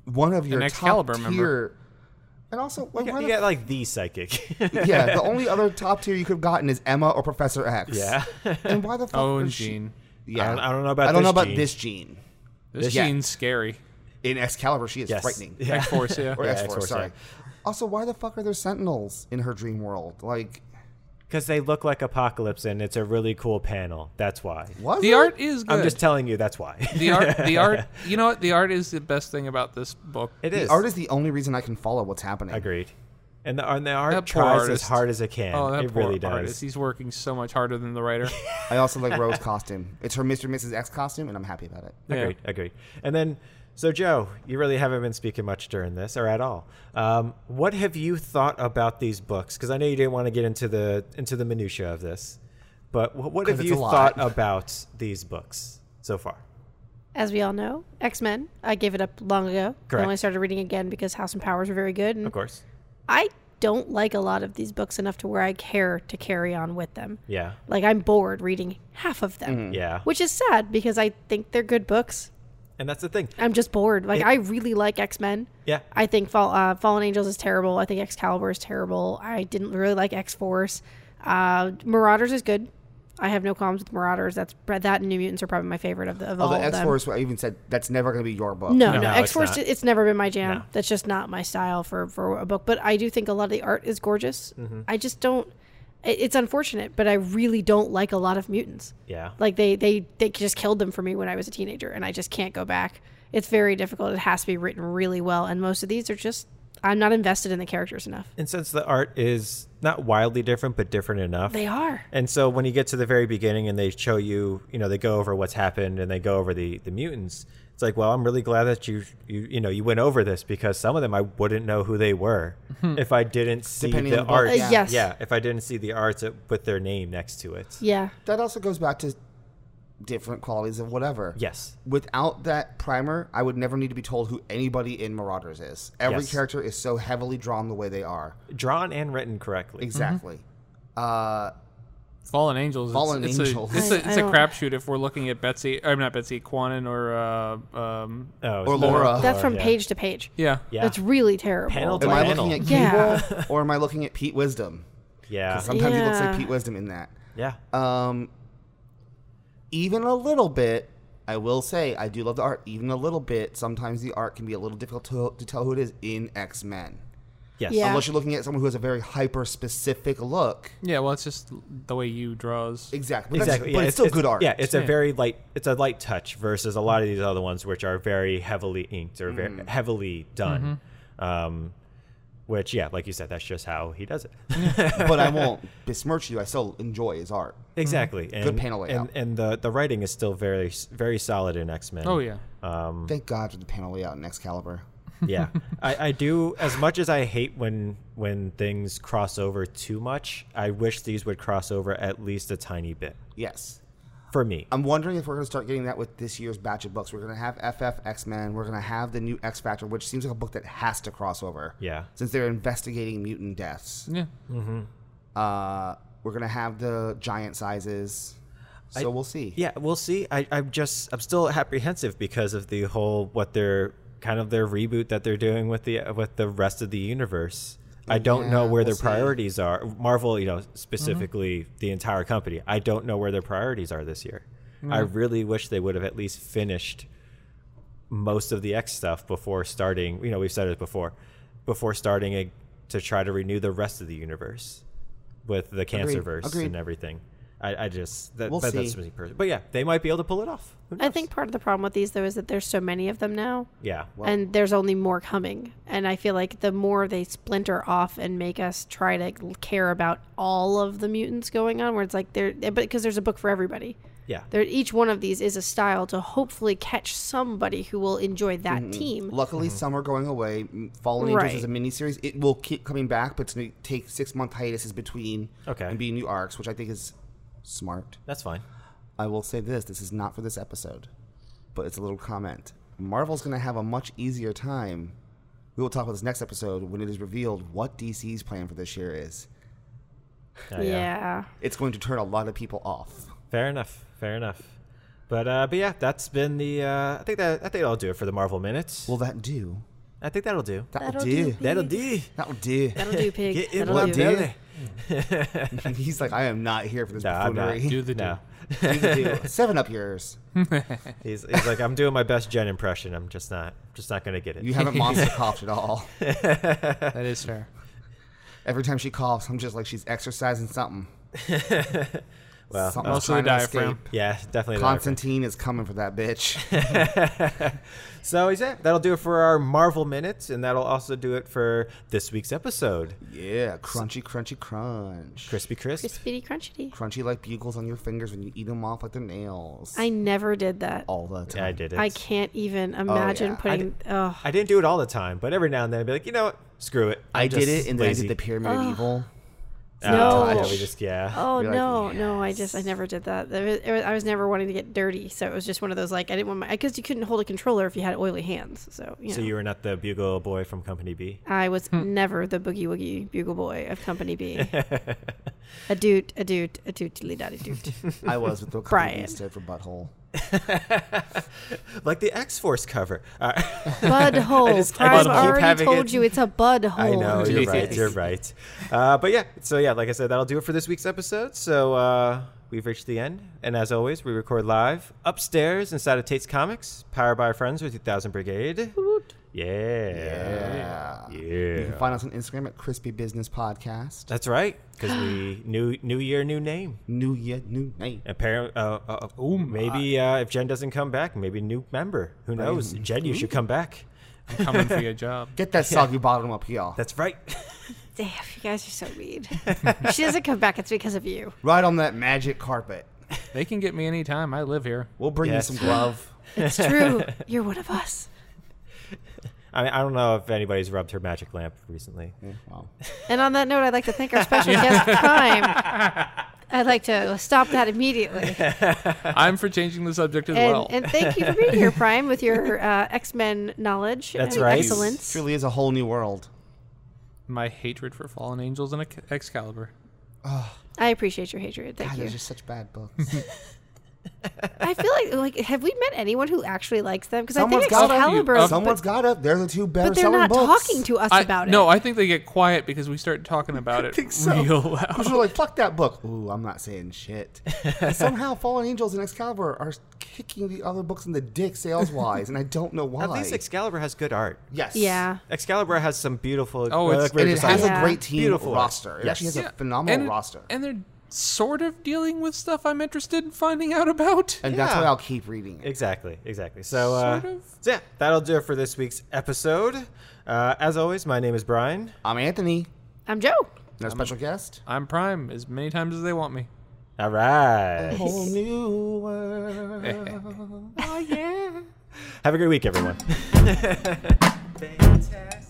Speaker 1: one of your top
Speaker 4: Excalibur
Speaker 1: tier.
Speaker 4: member.
Speaker 1: And also, like, why
Speaker 2: You got,
Speaker 1: the
Speaker 2: you got like
Speaker 1: (laughs)
Speaker 2: the psychic. (laughs)
Speaker 1: f- yeah, the only other top tier you could have gotten is Emma or Professor X.
Speaker 2: yeah.
Speaker 1: And why the fuck?
Speaker 4: Oh, and
Speaker 1: was she-
Speaker 4: Jean.
Speaker 1: Yeah,
Speaker 2: I don't- I don't know about
Speaker 1: I don't
Speaker 2: this
Speaker 1: know about
Speaker 2: Jean.
Speaker 1: this Jean.
Speaker 4: This
Speaker 1: yeah.
Speaker 4: scene's scary.
Speaker 1: In Excalibur, she is
Speaker 2: Yes.
Speaker 1: frightening.
Speaker 2: (laughs) Yeah.
Speaker 4: X Force, yeah.
Speaker 1: Or
Speaker 2: Yeah,
Speaker 1: X Force.
Speaker 2: X-Force,
Speaker 1: Sorry.
Speaker 2: yeah.
Speaker 1: Also, why the fuck are there Sentinels in her dream world? Like,
Speaker 2: Because they look like Apocalypse, and it's a really cool panel. That's why.
Speaker 1: what?
Speaker 4: The art is good.
Speaker 2: I'm just telling you. That's why.
Speaker 4: the art,
Speaker 2: (laughs)
Speaker 4: the art. You know what? The art is the best thing about this book.
Speaker 2: it
Speaker 1: The
Speaker 2: is.
Speaker 1: art is the only reason I can follow what's happening.
Speaker 2: Agreed. And the, and the art
Speaker 4: That poor
Speaker 2: tries
Speaker 4: artist.
Speaker 2: as hard as it can.
Speaker 4: oh, that
Speaker 2: it
Speaker 4: poor
Speaker 2: really does.
Speaker 4: artist. He's working so much harder than the writer.
Speaker 1: I also like
Speaker 2: (laughs)
Speaker 1: Rose costume. It's her Mr. and Mrs. X costume, and I'm happy about it.
Speaker 4: Yeah.
Speaker 2: Agreed. Agreed. And then, so Joe, you really haven't been speaking much during this or at all. Um, what have you thought about these books? Because I know you didn't want to get into the into the minutia of this, but what, what
Speaker 1: 'Cause
Speaker 2: have
Speaker 1: it's
Speaker 2: you
Speaker 1: a lot.
Speaker 2: thought about these books so far?
Speaker 3: As we all know, X Men. I gave it up long ago. I
Speaker 2: Correct.
Speaker 3: only started reading again because House and Powers were very good. And
Speaker 2: Of course.
Speaker 3: I don't like a lot of these books enough to where I care to carry on with them.
Speaker 2: Yeah. Mm-hmm.
Speaker 3: Like I'm bored reading half of them,
Speaker 2: Yeah.
Speaker 3: which is sad because I think they're good books.
Speaker 2: And that's the thing.
Speaker 3: I'm just bored. Like I really like X Men.
Speaker 2: Yeah.
Speaker 3: I think Fall, uh, Fallen Angels is terrible. I think Excalibur is terrible. I didn't really like X Force. Uh, Marauders is good. I have no qualms with Marauders. That's that and New Mutants are probably my favorite of the of all
Speaker 1: Although
Speaker 3: of
Speaker 1: X
Speaker 3: them.
Speaker 1: Force, I even said that's never going to be your book.
Speaker 3: No,
Speaker 2: No,
Speaker 3: no,
Speaker 2: no,
Speaker 3: X Force.
Speaker 2: it's
Speaker 3: It's,
Speaker 2: not.
Speaker 3: never been my jam.
Speaker 2: No.
Speaker 3: That's just not my style for for a book. But I do think a lot of the art is gorgeous.
Speaker 2: Mm-hmm.
Speaker 3: I just don't. it- It's unfortunate, but I really don't like a lot of mutants.
Speaker 2: Yeah.
Speaker 3: Like they they they just killed them for me when I was a teenager, and I just can't go back. It's very difficult. It has to be written really well, and most of these are just I'm not invested in the characters enough.
Speaker 2: And since the art is not wildly different, but different enough,
Speaker 3: They are.
Speaker 2: And so when you get to the very beginning and they show you, you know, they go over what's happened and they go over the the mutants. It's like, well, I'm really glad that you you you know you went over this because some of them I wouldn't know who they were if I didn't see
Speaker 1: Depending on
Speaker 2: the
Speaker 1: the book,
Speaker 2: art.
Speaker 1: Uh,
Speaker 3: yeah. Hmm. yes.
Speaker 2: Yeah, if I didn't see the arts it- with their name next to it.
Speaker 3: Yeah.
Speaker 1: That also goes back to different qualities of whatever.
Speaker 2: Yes.
Speaker 1: Without that primer, I would never need to be told who anybody in Marauders is. Every
Speaker 2: Yes. Mm-hmm.
Speaker 1: character is so heavily drawn the way they are.
Speaker 2: Drawn and written correctly.
Speaker 1: Exactly. Uh,
Speaker 4: Fallen Angels. it's-
Speaker 1: Fallen
Speaker 4: it's,
Speaker 1: Angels.
Speaker 4: A, it's
Speaker 3: I-
Speaker 4: a, it's
Speaker 3: I
Speaker 4: a
Speaker 3: don't-
Speaker 4: crapshoot if we're looking at Betsy, or not Betsy Quanin, or uh, um,
Speaker 2: Oh,
Speaker 1: Or
Speaker 2: it's-
Speaker 1: Laura.
Speaker 3: That's from
Speaker 2: yeah.
Speaker 3: page to page.
Speaker 4: yeah,
Speaker 2: Yeah.
Speaker 3: That's really terrible.
Speaker 2: Panel to
Speaker 1: am I
Speaker 3: Like,
Speaker 1: looking at Cable
Speaker 3: Yeah. (laughs)
Speaker 1: or am I looking at Pete Wisdom?
Speaker 2: yeah.
Speaker 1: Sometimes he looks
Speaker 3: Yeah.
Speaker 1: like Pete Wisdom in that.
Speaker 2: Yeah.
Speaker 1: Um, even a little bit, I will say, I do love the art. Even a little bit, sometimes the art can be a little difficult to, to tell who it is in X Men.
Speaker 2: Yes.
Speaker 3: Yeah.
Speaker 1: Unless you're looking at someone who has a very hyper specific look.
Speaker 4: yeah. Well, it's just the way you draws.
Speaker 1: Exactly. But that's-
Speaker 2: Exactly.
Speaker 1: But
Speaker 2: yeah,
Speaker 1: it's, still good art.
Speaker 2: Yeah, it's
Speaker 4: Yeah.
Speaker 2: a very light it's a light touch versus a lot of these other ones which are very heavily inked or
Speaker 1: Mm.
Speaker 2: very heavily done.
Speaker 4: Mm-hmm.
Speaker 2: Um which yeah, like you said, that's just how he does
Speaker 4: Mm-hmm.
Speaker 2: it.
Speaker 1: but I
Speaker 2: (laughs)
Speaker 1: won't besmirch you. I still enjoy his art.
Speaker 2: exactly. And,
Speaker 1: panel layout.
Speaker 2: And, and the the writing is still very s- very solid in X Men.
Speaker 4: Oh yeah,
Speaker 2: Um,
Speaker 1: Thank God for the panel layout in Excalibur.
Speaker 4: (laughs)
Speaker 2: yeah, I, I do. As much as I hate when when things cross over too much, I wish these would cross over at least a tiny bit
Speaker 1: Yes.
Speaker 2: for me.
Speaker 1: I'm wondering if we're going to start getting that with this year's batch of books. We're going to have FF X Men. We're going to have the new X Factor, which seems like a book that has to cross over.
Speaker 2: Yeah.
Speaker 1: Since they're investigating mutant deaths.
Speaker 4: yeah.
Speaker 1: Uh, we're going to have the giant sizes. So we'll see.
Speaker 2: Yeah, we'll see. I, I'm just I'm still apprehensive because of the whole what they're kind of their reboot that they're doing with the with the rest of the universe. I don't know
Speaker 1: Yeah,
Speaker 2: where
Speaker 1: we'll
Speaker 2: their
Speaker 1: see. Mm-hmm.
Speaker 2: priorities are. Marvel, you know, specifically the entire company. I don't know where their priorities are this year. I
Speaker 1: Mm-hmm.
Speaker 2: really wish they would have at least finished most of the X stuff before starting. You know, we've said it before, before starting a, to try to renew the rest of the universe with the Cancerverse
Speaker 1: Agreed.
Speaker 2: and everything. I, I just that,
Speaker 1: We'll
Speaker 2: that- that's
Speaker 1: see.
Speaker 2: me person. But yeah, they might be able to pull it off. Who
Speaker 3: I
Speaker 2: knows?
Speaker 3: think part of the problem with these though is that there's so many of them now.
Speaker 2: Yeah.
Speaker 3: and there's only more coming. And I feel like the more they splinter off and make us try to l- care about all of the mutants going on, where it's like there, but because there's a book for everybody.
Speaker 2: yeah.
Speaker 3: There, each one of these is a style to hopefully catch somebody who will enjoy that team.
Speaker 1: Luckily,
Speaker 2: Mm-hmm.
Speaker 1: some are going away. M- Fallen
Speaker 3: Right.
Speaker 1: Angels is a miniseries. It will keep coming back, but it's going to take six month hiatuses between
Speaker 2: Okay.
Speaker 1: and be new arcs, which I think is Smart.
Speaker 2: That's fine.
Speaker 1: I will say this this is not for this episode, but it's a little comment. Marvel's going to have a much easier time. We will talk about this next episode when it is revealed what DC's plan for this year is.
Speaker 2: Yeah, yeah.
Speaker 3: yeah.
Speaker 1: It's going to turn a lot of people off.
Speaker 2: Fair enough. Fair enough. But uh, but yeah, that's been the. Uh, I think that I think that'll do it for the Marvel minutes.
Speaker 1: Will that do?
Speaker 2: I think that'll do.
Speaker 1: That'll,
Speaker 3: That'll
Speaker 1: do.
Speaker 3: do.
Speaker 2: That'll do.
Speaker 1: That'll do.
Speaker 2: (laughs)
Speaker 3: That'll do, pig.
Speaker 2: Get in
Speaker 3: That'll
Speaker 2: my
Speaker 3: do.
Speaker 1: do.
Speaker 2: belly.
Speaker 1: (laughs) He's like, I am not here for this
Speaker 2: No, I'm not.
Speaker 1: buffoonery.
Speaker 4: Do the
Speaker 2: No.
Speaker 1: Do the do. Seven up yours.
Speaker 2: He's, he's like, I'm doing my best Jen impression. I'm just not just not gonna get it.
Speaker 1: You haven't monster coughed at all.
Speaker 4: do. That is fair.
Speaker 1: Every time she coughs, I'm just like she's exercising something.
Speaker 2: well,
Speaker 1: Something's
Speaker 4: Mostly the
Speaker 1: trying to
Speaker 4: diaphragm.
Speaker 1: escape.
Speaker 2: (laughs) yeah, definitely. the diaphragm.
Speaker 1: Constantine is coming for that bitch.
Speaker 2: So is that that'll do it for our Marvel minutes, and that'll also do it for this week's episode.
Speaker 1: yeah, crunchy, crunchy, crunch.
Speaker 2: Crispy crisp.
Speaker 3: Crispity crunchity.
Speaker 1: Crunchy like bugles on your fingers when you eat them off like their nails.
Speaker 3: I never did that.
Speaker 1: all the time.
Speaker 2: Yeah, I did it.
Speaker 3: I can't even imagine
Speaker 1: yeah. I
Speaker 3: putting. Oh,
Speaker 2: I didn't do it all the time, but every now and then I'd be like, you know what? Screw it. I'm
Speaker 1: I did
Speaker 2: just
Speaker 1: it, and then I
Speaker 2: lazy.
Speaker 1: did the pyramid of evil.
Speaker 2: Ah,
Speaker 3: No.
Speaker 2: yeah, we just yeah.
Speaker 3: oh
Speaker 1: You're like,
Speaker 3: no, no! I just I never did that. It was, it was- I was never wanting to get dirty, so it was just one of those like I didn't want my because you couldn't hold a controller if you had oily hands. So you know,
Speaker 2: So you were not the bugle boy from Company B.
Speaker 3: I was never the boogie woogie bugle boy of Company B.
Speaker 2: (laughs)
Speaker 3: a doot, a doot, a dootily daddy doot.
Speaker 1: I was
Speaker 3: (laughs)
Speaker 1: with the
Speaker 3: Brian.
Speaker 1: company stood for butthole.
Speaker 2: like the X Force cover. (laughs) All right. (laughs)
Speaker 3: Bud
Speaker 2: I
Speaker 3: hole.
Speaker 2: just- I
Speaker 3: Prime
Speaker 4: just keep
Speaker 3: already
Speaker 2: having
Speaker 3: told
Speaker 2: it.
Speaker 3: you it's a bud hole.
Speaker 2: I know you're right.
Speaker 4: Jesus.
Speaker 2: You're right. Uh, but yeah, so yeah, like I said, that'll do it for this week's episode. So uh, we've reached the end, and as always, we record live upstairs inside of Tate's Comics, powered by our friends with 2000 Brigade. Yeah, yeah,
Speaker 1: You can find us on Instagram at Crispy Business Podcast.
Speaker 2: That's right, because we new new year, new name.
Speaker 1: New year, new name.
Speaker 2: Apparently, uh, uh, uh, ooh, maybe uh, if Jen doesn't come back, maybe new member. Who knows? Jen, you should come back.
Speaker 4: I'm coming for your job.
Speaker 1: Get that soggy bottom up here.
Speaker 2: That's right. (laughs)
Speaker 3: Damn, you guys are so mean. If she doesn't come back. It's because of you.
Speaker 1: Right on that magic carpet.
Speaker 4: They can get me anytime. I live here. (laughs)
Speaker 1: We'll bring
Speaker 2: Yes.
Speaker 1: you some
Speaker 2: (laughs)
Speaker 1: glove.
Speaker 3: It's true. You're one of us.
Speaker 2: I mean, I don't know if anybody's rubbed her magic lamp recently.
Speaker 1: Yeah, Oh, wow.
Speaker 3: And on that note, I'd like to thank
Speaker 4: (laughs)
Speaker 3: our special guest, Prime. I'd like to stop
Speaker 1: (laughs)
Speaker 3: that immediately.
Speaker 4: I'm for changing the subject as
Speaker 3: And,
Speaker 4: well.
Speaker 3: and thank you for being here, Prime, with your uh, X Men knowledge.
Speaker 2: That's
Speaker 3: and
Speaker 2: right.
Speaker 3: Excellence.
Speaker 1: Truly is a whole new world.
Speaker 4: My hatred for fallen angels and Exc- Excalibur.
Speaker 3: I appreciate your hatred. Thank
Speaker 1: God,
Speaker 3: you.
Speaker 1: those are such bad
Speaker 3: (laughs)
Speaker 1: books.
Speaker 3: I feel like like have we met anyone who actually likes them? Because I think
Speaker 1: Someone's got up.
Speaker 3: Excalibur,
Speaker 4: You-
Speaker 3: but,
Speaker 1: Someone's got up. They're the two better
Speaker 3: but they're
Speaker 1: selling
Speaker 3: not
Speaker 1: books.
Speaker 3: talking to us
Speaker 4: I,
Speaker 3: about it.
Speaker 4: no, I think they get quiet because we start talking about it
Speaker 1: think so.
Speaker 4: real
Speaker 1: Because
Speaker 4: loud.
Speaker 1: we're like, fuck that book. Ooh, I'm not saying shit. And somehow, Fallen Angels and Excalibur are kicking the other books in the dick sales wise, and I don't know why.
Speaker 2: At least Excalibur has good art.
Speaker 1: yes.
Speaker 3: Yeah.
Speaker 2: Excalibur has some beautiful. uh,
Speaker 4: Oh, it's-
Speaker 2: we were
Speaker 1: And it
Speaker 2: just
Speaker 1: has
Speaker 2: talking-
Speaker 3: Yeah.
Speaker 1: a great team
Speaker 2: Beautiful.
Speaker 1: roster. It
Speaker 2: Yes.
Speaker 1: actually has
Speaker 4: Yeah,
Speaker 1: a phenomenal
Speaker 4: and it-
Speaker 1: roster. And,
Speaker 4: And they're sort of dealing with stuff I'm interested in finding out about.
Speaker 1: that's
Speaker 2: yeah.
Speaker 1: why I'll keep reading it.
Speaker 2: Exactly, exactly. So, uh,
Speaker 4: Sort of.
Speaker 2: so yeah, that'll do it for this week's episode. Uh, as always, my name is Brian.
Speaker 1: I'm Anthony.
Speaker 3: I'm Joe.
Speaker 1: And our special guest.
Speaker 4: I'm prime as many times as they want me.
Speaker 2: All right.
Speaker 1: Whole new world.
Speaker 4: (laughs)
Speaker 1: Oh,
Speaker 2: Have a good week, everyone.
Speaker 5: Fantastic.